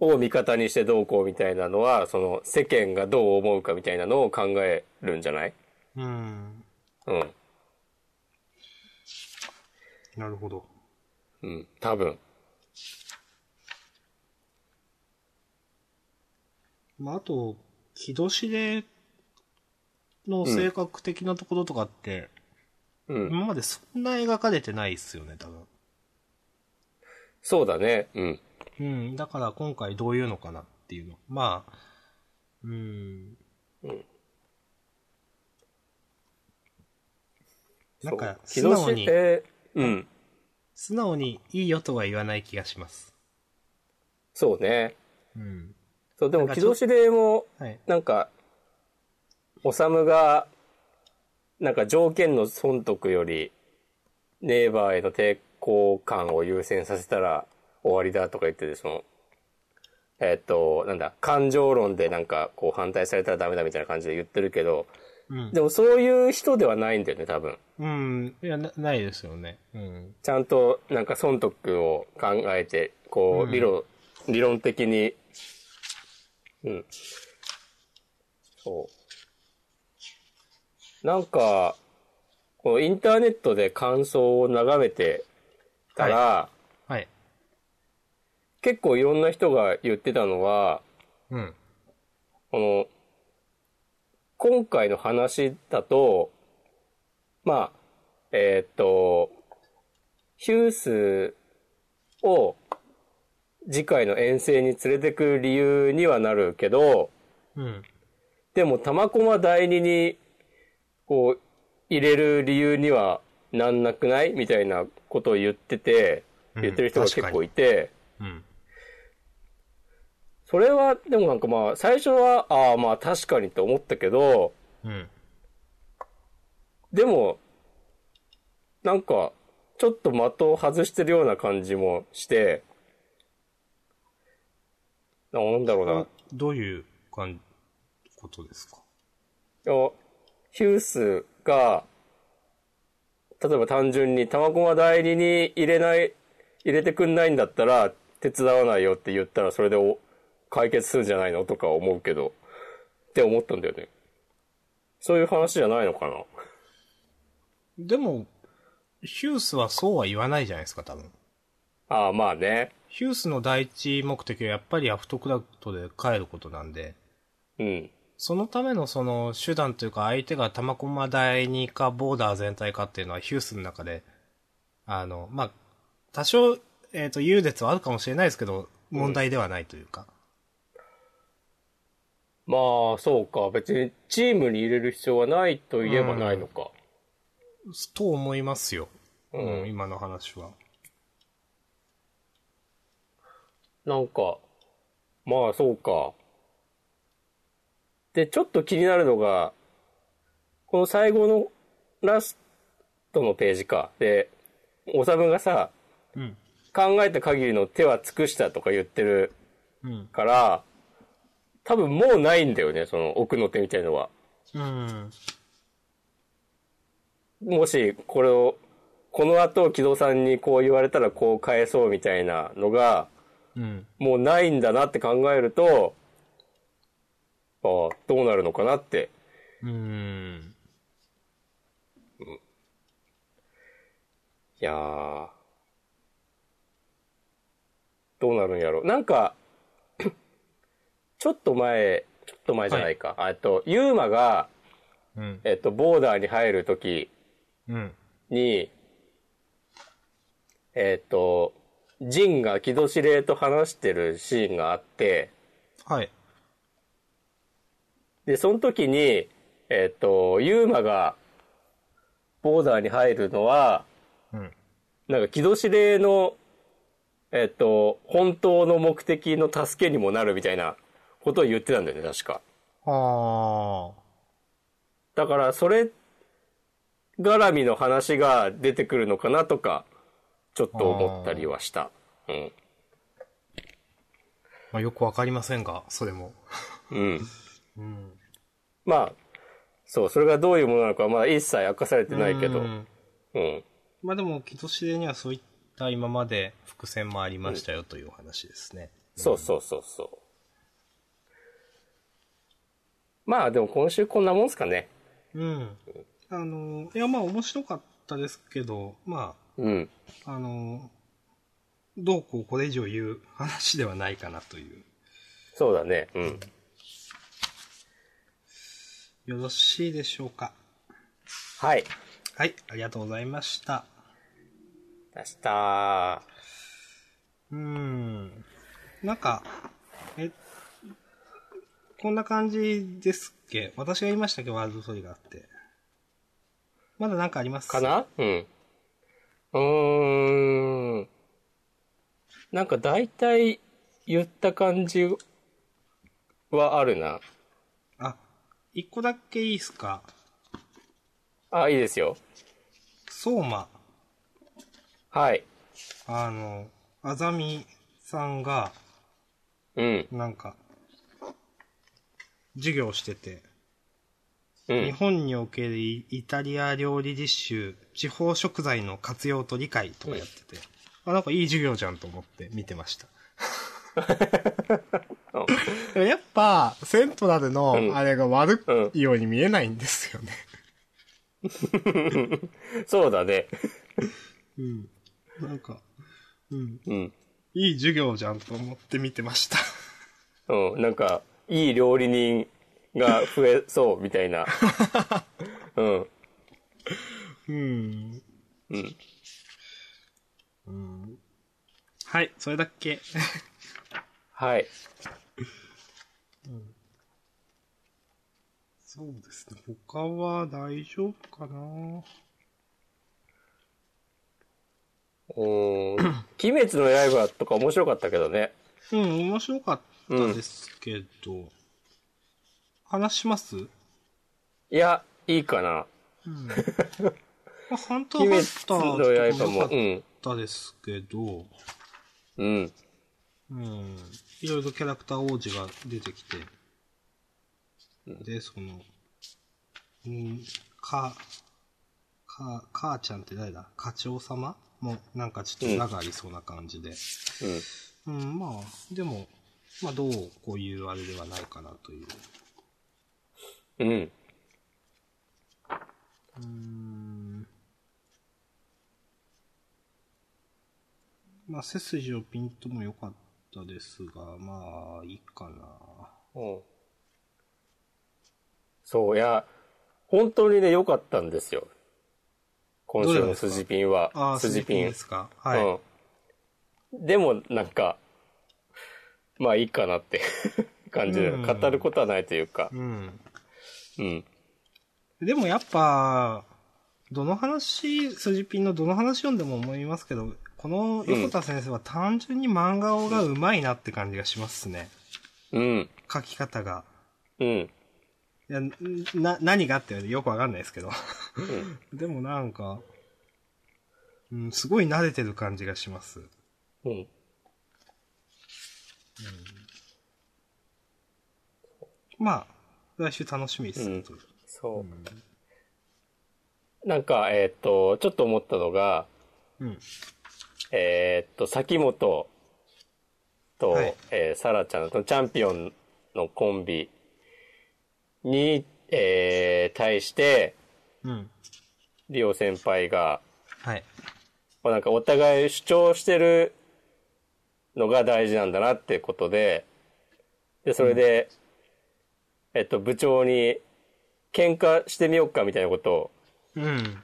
Speaker 2: ーを味方にしてどうこうみたいなのは、その世間がどう思うかみたいなのを考えるんじゃない
Speaker 1: うん。
Speaker 2: うん。
Speaker 1: なるほど。
Speaker 2: うん。多分。
Speaker 1: まあ、あと、木戸での性格的なところとかって、
Speaker 2: うん。
Speaker 1: 今までそんな描かれてないっすよね、多分。
Speaker 2: そうだね。うん。
Speaker 1: うん、だから今回どういうのかなっていうの。まあ、うん。なんか、
Speaker 2: そう
Speaker 1: 素直に
Speaker 2: 木戸、えーうん。
Speaker 1: 素直にいいよとは言わない気がします。
Speaker 2: そうね。
Speaker 1: うん。
Speaker 2: そう、でも、
Speaker 1: なんか
Speaker 2: 木
Speaker 1: ちょ
Speaker 2: 戸でも、
Speaker 1: はい。
Speaker 2: なんか、おさむが、なんか条件の損得より、ネイバーへの抵抗感を優先させたら終わりだとか言ってて、その、えっと、なんだ、感情論でなんかこう反対されたらダメだみたいな感じで言ってるけど、
Speaker 1: うん。
Speaker 2: でもそういう人ではないんだよね、多分。
Speaker 1: うん。いや、なないですよね。うん。
Speaker 2: ちゃんとなんか損得を考えて、こ
Speaker 1: うん
Speaker 2: う、理論、理論的に、うん。そう。なんか、このインターネットで感想を眺めてたら、
Speaker 1: はい。
Speaker 2: 結構いろんな人が言ってたのは、
Speaker 1: うん。
Speaker 2: この、今回の話だと、まあ、えーっと、ヒュースを次回の遠征に連れてくる理由にはなるけど、
Speaker 1: うん。
Speaker 2: でも玉駒第二に、こう、入れる理由にはなんなくないみたいなことを言ってて、
Speaker 1: うん
Speaker 2: 言ってる人が結構いて、
Speaker 1: うん。
Speaker 2: それは、でもなんかまあ、最初は、ああまあ確かにって思ったけど、
Speaker 1: うん。
Speaker 2: でも、なんか、ちょっと的を外してるような感じもして、ななんだろうな。
Speaker 1: どういう感じ、ことですか
Speaker 2: をヒュースが、例えば単純に玉駒代理に入れない、入れてくんないんだったら手伝わないよって言ったらそれでお解決するんじゃないのとか思うけど、って思ったんだよね。そういう話じゃないのかな
Speaker 1: でも、ヒュースはそうは言わないじゃないですか、多分。
Speaker 2: ああ、まあね。
Speaker 1: ヒュースの第一目的はやっぱりアフトクラフトで帰ることなんで、
Speaker 2: うん。
Speaker 1: そのためのその手段というか相手が玉駒第二かボーダー全体かっていうのはヒュースの中で、あの、まあ、多少、えっ、と、優劣はあるかもしれないですけど、問題ではないというか。
Speaker 2: まあ、そうか。別にチームに入れる必要はないといえばないのか。
Speaker 1: と思いますよ。
Speaker 2: うん
Speaker 1: うん、今の話は。
Speaker 2: なんか、まあそうか。で、ちょっと気になるのが、この最後のラストのページか。で、おさむがさ、
Speaker 1: うん。
Speaker 2: 考えた限りの手は尽くしたとか言ってる
Speaker 1: うん。
Speaker 2: から、多分もうないんだよね、その奥の手みたいのは。
Speaker 1: うん。
Speaker 2: もし、これを、この後、木戸さんにこう言われたらこう返そうみたいなのが、
Speaker 1: うん。
Speaker 2: もうないんだなって考えると、ああ、どうなるのかなって
Speaker 1: うん。
Speaker 2: いやー、どうなるんやろ。なんか、ちょっと前、ちょっと前じゃないか。えっと、ユーマが、
Speaker 1: うん。
Speaker 2: えっと、ボーダーに入るとき
Speaker 1: うん。
Speaker 2: に、えっと、ジンが木戸司令と話してるシーンがあって、
Speaker 1: はい。
Speaker 2: で、その時に、えっと、ユーマが、ボーダーに入るのは、
Speaker 1: うん。
Speaker 2: なんか、木戸司令の、えっと、本当の目的の助けにもなるみたいなことを言ってたんだよね、確か。
Speaker 1: はあ。
Speaker 2: だから、それ、絡みの話が出てくるのかなとか、ちょっと思ったりはした。うん。
Speaker 1: まあ、よくわかりませんが、それも。
Speaker 2: うん。
Speaker 1: うん。
Speaker 2: まあ、そう、それがどういうものなのかはまだ一切明かされてないけど、
Speaker 1: うん
Speaker 2: うん。
Speaker 1: まあでも、木戸司令にはそういった今まで伏線もありましたよというお話ですね。
Speaker 2: そうそうそうそう。まあ、でも今週こんなもんすかね。
Speaker 1: うん。あの、いや、まあ面白かったですけど、ま
Speaker 2: うん。
Speaker 1: あ、あの、どうこうこれ以上言う話ではないかなという。
Speaker 2: そうだね。うん。
Speaker 1: よろしいでしょうか。
Speaker 2: はい。
Speaker 1: はい、ありがとうございました。
Speaker 2: 出した
Speaker 1: うーん。なんか、え、こんな感じですっけ私が言いましたっけワールドソリがあって。まだなんかあります
Speaker 2: かなうん。うーん。なんか大体言った感じはあるな。
Speaker 1: あ、一個だけいいっすか
Speaker 2: あ、いいですよ。
Speaker 1: 相馬、
Speaker 2: はい。
Speaker 1: あの、あざみさんが、
Speaker 2: うん。
Speaker 1: なんか、授業してて、
Speaker 2: う
Speaker 1: 日
Speaker 2: ん。
Speaker 1: 本におけるイイタリア料理実習、地方食材の活用と理解とかやってて、あ、なんかいい授業じゃんと思って見てま した。でもやっぱ、セントラル
Speaker 2: う
Speaker 1: の
Speaker 2: ん
Speaker 1: あれが悪いように見えないんですよね。
Speaker 2: そうだね。
Speaker 1: うん。なんか、うん。
Speaker 2: うん。
Speaker 1: いい授業じゃんと思って見てました。
Speaker 2: うん。なんか、いい料理人が増えそうみた いな。うん。
Speaker 1: うん。
Speaker 2: うん。
Speaker 1: はい、それだけ。
Speaker 2: はい。
Speaker 1: そうですね。他は大丈夫かな
Speaker 2: おー鬼滅の刃とか面白かったけどね。
Speaker 1: うん、面白かったですけど。話しますう
Speaker 2: いや、いいかな。
Speaker 1: ん。 まあ、ハンター
Speaker 2: 鬼
Speaker 1: ハ
Speaker 2: 滅
Speaker 1: ンターとか
Speaker 2: の刃
Speaker 1: 良
Speaker 2: も。
Speaker 1: か
Speaker 2: う
Speaker 1: っ
Speaker 2: ん。
Speaker 1: たですけど、
Speaker 2: うん。
Speaker 1: うん。いろいろキャラクター王子が出てきて、で、その、うん、か、か、母ちゃんって誰だ課長様もうなんかちょっと裏がありそうな感じで。
Speaker 2: うん。
Speaker 1: うん、まあ、でも、まあ、どうこういうあれではないかなという。
Speaker 2: うん。
Speaker 1: うーん。まあ、背筋をピンとも良かったですが、まあ、いいかな。
Speaker 2: うんそう、いや、本当にね、良かったんですよ。今週の筋ピン
Speaker 1: あ
Speaker 2: は
Speaker 1: あ、。
Speaker 2: 筋ピン
Speaker 1: で。すか。はい。
Speaker 2: うん。でも、なんか、まあいいかなって 感じで、
Speaker 1: うん
Speaker 2: 語ることはないというか。
Speaker 1: うん。
Speaker 2: うん。
Speaker 1: でもやっぱ、どの話、筋ピンのどの話読んでも思いますけど、この横田先生は単純に漫画がうまいなって感じがしますね。
Speaker 2: うん。
Speaker 1: 書き方が。
Speaker 2: うん。
Speaker 1: いや、んな、何がってよくわかんないですけど。
Speaker 2: うん
Speaker 1: でもなんか、うん、すごい慣れてる感じがします。
Speaker 2: うん。
Speaker 1: まあ、来週楽しみです。
Speaker 2: うん
Speaker 1: という
Speaker 2: そう。なんか、えーっと、ちょっと思ったのが、
Speaker 1: うん。
Speaker 2: えーっと、崎本と、
Speaker 1: はい
Speaker 2: えーサラちゃんとチャンピオンのコンビに、えー対して、
Speaker 1: うん。
Speaker 2: リオ先輩が、
Speaker 1: はい。
Speaker 2: まあなんかお互い主張してるのが大事なんだなってことで、で、それで、えっと、部長に喧嘩してみようかみたいなことを
Speaker 1: うん。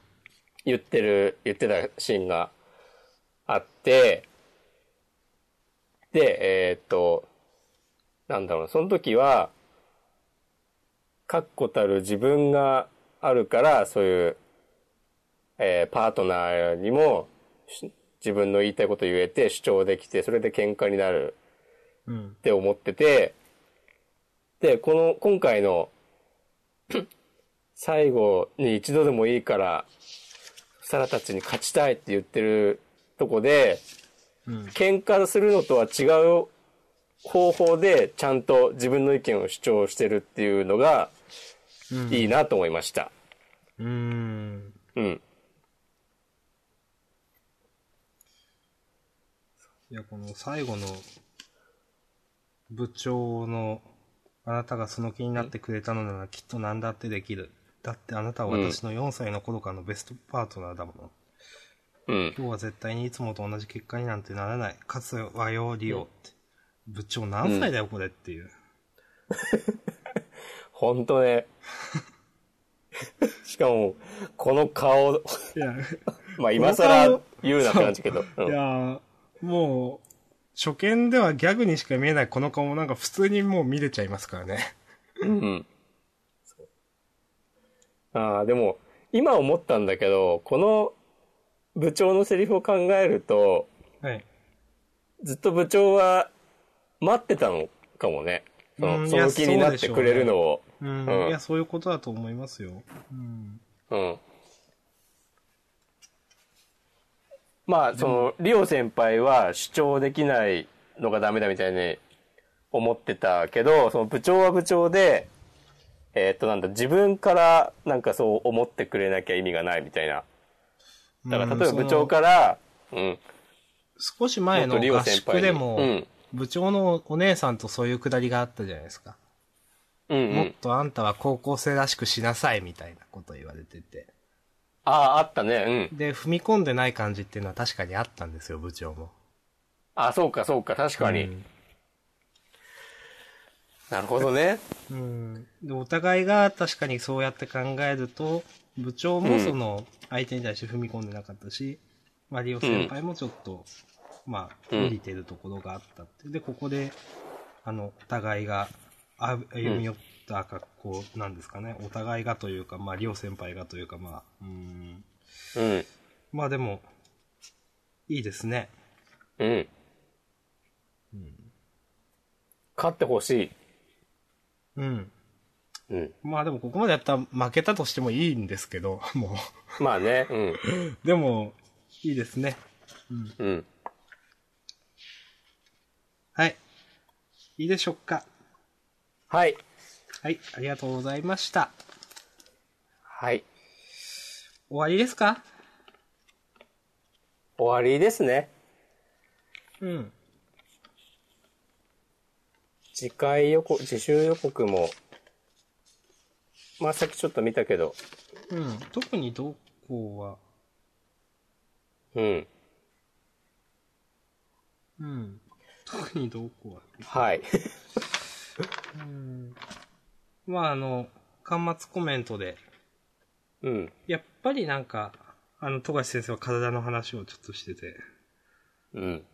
Speaker 2: 言ってる、言ってたシーンがあって、で、えーっと、なんだろうな、その時は、確固たる自分があるから、そういう、えーパートナーにも、し自分の言いたいこと言えて主張できて、それで喧嘩になる
Speaker 1: うん
Speaker 2: っ。て思ってて、で、この、今回の、 最後に一度でもいいから、サラたちに勝ちたいって言ってるとこで、
Speaker 1: うん。
Speaker 2: 喧嘩するのとは違う方法で、ちゃんと自分の意見を主張してるっていうのが、
Speaker 1: うん
Speaker 2: いいなと思いました。
Speaker 1: うん。
Speaker 2: うん。
Speaker 1: いや、この最後の部長のあなたがその気になってくれたのならきっと何だってできる。だってあなたは私の4歳の頃からのベストパートナーだもの。
Speaker 2: うん。
Speaker 1: 今日は絶対にいつもと同じ結果になんてならない。かつ和洋利用って。部長何歳だよこれっていう。
Speaker 2: ほんと ね。しかも、この顔、
Speaker 1: いや、
Speaker 2: まあ今更言うなって感じけど。うん
Speaker 1: いやもう、初見ではギャグにしか見えないこの顔もなんか普通にもう見れちゃいますからね。
Speaker 2: うん。ああ、でも、今思ったんだけど、この部長のセリフを考えると、
Speaker 1: はい。
Speaker 2: ずっと部長は待ってたのかもね。その
Speaker 1: うん
Speaker 2: そ
Speaker 1: い
Speaker 2: の
Speaker 1: や
Speaker 2: 気になってくれるのを。
Speaker 1: うん。
Speaker 2: うん
Speaker 1: いや、そういうことだと思いますよ。うん。
Speaker 2: うん。まあ、その、リオ先輩は主張できないのがダメだみたいに思ってたけど、その部長は部長で、えーっと、なんだ、自分からなんかそう思ってくれなきゃ意味がないみたいな。だから、例えば部長から、うん、
Speaker 1: 少し前の
Speaker 2: もっとリオ
Speaker 1: 合
Speaker 2: 先輩
Speaker 1: 宿
Speaker 2: に
Speaker 1: でも
Speaker 2: うん、
Speaker 1: 部長のお姉さんとそういうくだりがあったじゃないですか。
Speaker 2: うん、う
Speaker 1: もっ
Speaker 2: ん。
Speaker 1: とあんたは高校生らしくしなさいみたいなこと言われてて。
Speaker 2: ああ、あったね、うん。
Speaker 1: で、踏み込んでない感じっていうのは確かにあったんですよ、部長も。
Speaker 2: あ、そうか、そうか、確かに。
Speaker 1: うん
Speaker 2: なるほどね。
Speaker 1: うん。で、お互いが確かにそうやって考えると、部長
Speaker 2: う
Speaker 1: も
Speaker 2: ん
Speaker 1: その、相手に対して踏み込んでなかったし、マリオ先輩もちょっと、まあ、
Speaker 2: うん
Speaker 1: 降りてるところがあったって。で、ここで、あの、お互いが、あ歩み寄った格好なんですかね。お互いがというか、まあ、リオ先輩がというか、まあ、うん。
Speaker 2: うん。
Speaker 1: まあでも、いいですね。
Speaker 2: うん。勝ってほし
Speaker 1: うん。
Speaker 2: い。うん。
Speaker 1: まあでも、ここまでやったら負けたとしてもいいんですけど、 もう。
Speaker 2: まあね、うん。
Speaker 1: でも、いいですね。
Speaker 2: うん。
Speaker 1: はい。いいでしょうか。
Speaker 2: はい。
Speaker 1: はい。ありがとうございました。
Speaker 2: はい。
Speaker 1: 終わりですか
Speaker 2: 終わりですね。
Speaker 1: うん。
Speaker 2: 次回予告、次週予告も、まあさっきちょっと見たけど、
Speaker 1: うん。特にどこは、
Speaker 2: うん。
Speaker 1: うん。特にどこは。
Speaker 2: はい。
Speaker 1: うん。まああの、端末コメントで、
Speaker 2: うん。
Speaker 1: やっぱりなんか、あの、富樫先生は体の話をちょっとしてて、
Speaker 2: うん。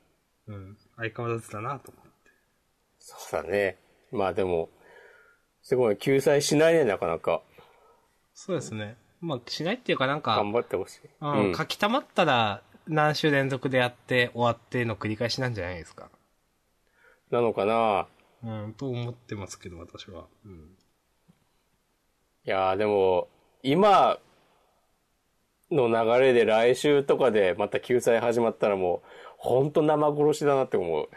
Speaker 1: うん。相変わらずだなと思って。
Speaker 2: そうだね。まあでも、すごい、救済しないね、なかなか。
Speaker 1: そうですね。まあ、しないっていうかなんか
Speaker 2: 頑、張ってほしい。
Speaker 1: う
Speaker 2: うん
Speaker 1: ん、書き溜まったら、何週連続でやって、終わっての繰り返しなんじゃないですか。
Speaker 2: なのかな
Speaker 1: うん、と思ってますけど、私は。うん。
Speaker 2: いやーでも、今の流れで来週とかでまた救済始まったらもう、ほんと生殺しだなって思う。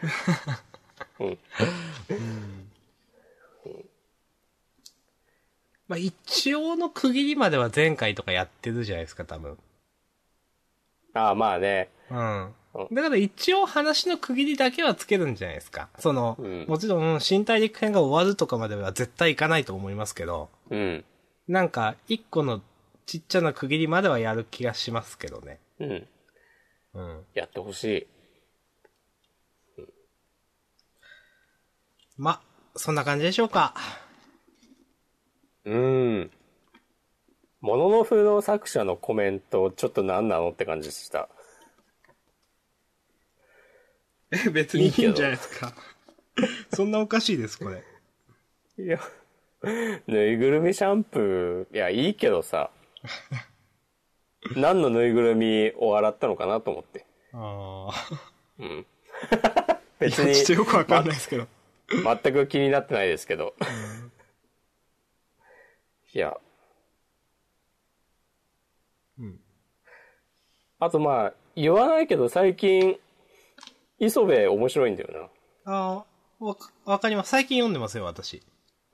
Speaker 1: まあ、一応の区切りまでは前回とかやってるじゃないですか、多分。
Speaker 2: ああ、まあね。
Speaker 1: うん
Speaker 2: う。
Speaker 1: だから一応話の区切りだけはつけるんじゃないですか。その、
Speaker 2: うん
Speaker 1: もちろん身体陸編が終わるとかまでは絶対いかないと思いますけど、
Speaker 2: うん。
Speaker 1: なんか一個のちっちゃな区切りまではやる気がしますけどね。
Speaker 2: うん。
Speaker 1: うん。
Speaker 2: やってほしい。
Speaker 1: ま、そんな感じでしょうか。
Speaker 2: うん。ものの風の作者のコメント、ちょっと何なのって感じでした。
Speaker 1: え、別
Speaker 2: にいいんじゃな
Speaker 1: で
Speaker 2: い
Speaker 1: すか。そんなおかしいです、これ。
Speaker 2: いや、ぬいぐるみシャンプー、いや、いいけど さ。何のぬいぐるみを洗ったのかなと思って。
Speaker 1: ああ。
Speaker 2: 別
Speaker 1: いやちょっと
Speaker 2: に、
Speaker 1: よくわかんないですけど。
Speaker 2: 全く気になってないですけど。いや。
Speaker 1: うん。
Speaker 2: あとまあ、言わないけど最近、磯部面白いんだよ
Speaker 1: ああ、わか、わかります。最近読んでますよ、私。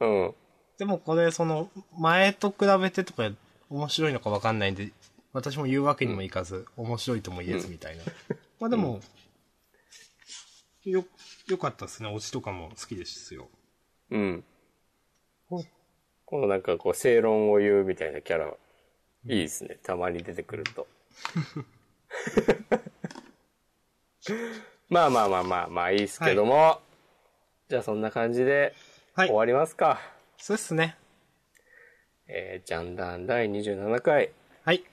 Speaker 2: な。うん。
Speaker 1: でもこれ、その、前と比べてとか、面白いのかわかんないんで、私も言うわけにもいかず、面白いとも言えずみたい な。まあでも、よ、よかったですね。オチとかも好きですよ。
Speaker 2: うん。このなんかこう正論を言うみたいなキャラ、いいですね。たまに出てく ると。まあまあまあまあまあいいですけども、じゃあそんな感じで
Speaker 1: はい
Speaker 2: 終。わりますか。
Speaker 1: そうですね。
Speaker 2: えー、ジャンダン第27回。
Speaker 1: はい。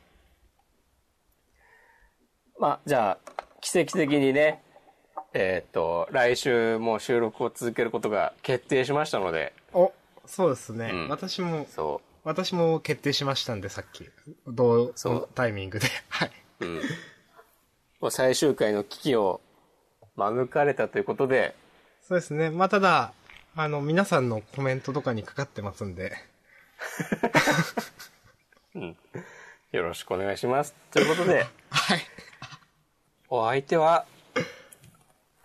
Speaker 2: まあじゃあ、奇跡的にね、えーっと、来週も収録を続けることが決定しましたので、
Speaker 1: お、そうですね。
Speaker 2: うん
Speaker 1: 私も、
Speaker 2: そ
Speaker 1: 私も決定しましたんで、さっき。同、そのタイミングで。 はい。
Speaker 2: う、うん。 もう最終回の危機を免れたということで、
Speaker 1: そうですね。まあ、ただ、あの、皆さんのコメントとかにかかってますんで。
Speaker 2: よろしくお願いします。ということで、
Speaker 1: はい。
Speaker 2: お相手は、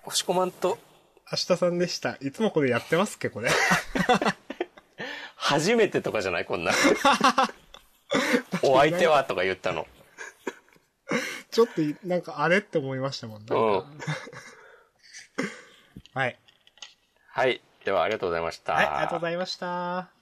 Speaker 2: 押し込まんと、
Speaker 1: 明日さんでした。いつもこれやってますっけ、これ。
Speaker 2: 初めてとかじゃないこ んな。お相手はとか言ったの。
Speaker 1: ちょっとい、なんかあれって思いましたもんね。
Speaker 2: うん。
Speaker 1: はい。
Speaker 2: はい。では、ありがとうございました。
Speaker 1: はい、ありがとうございました。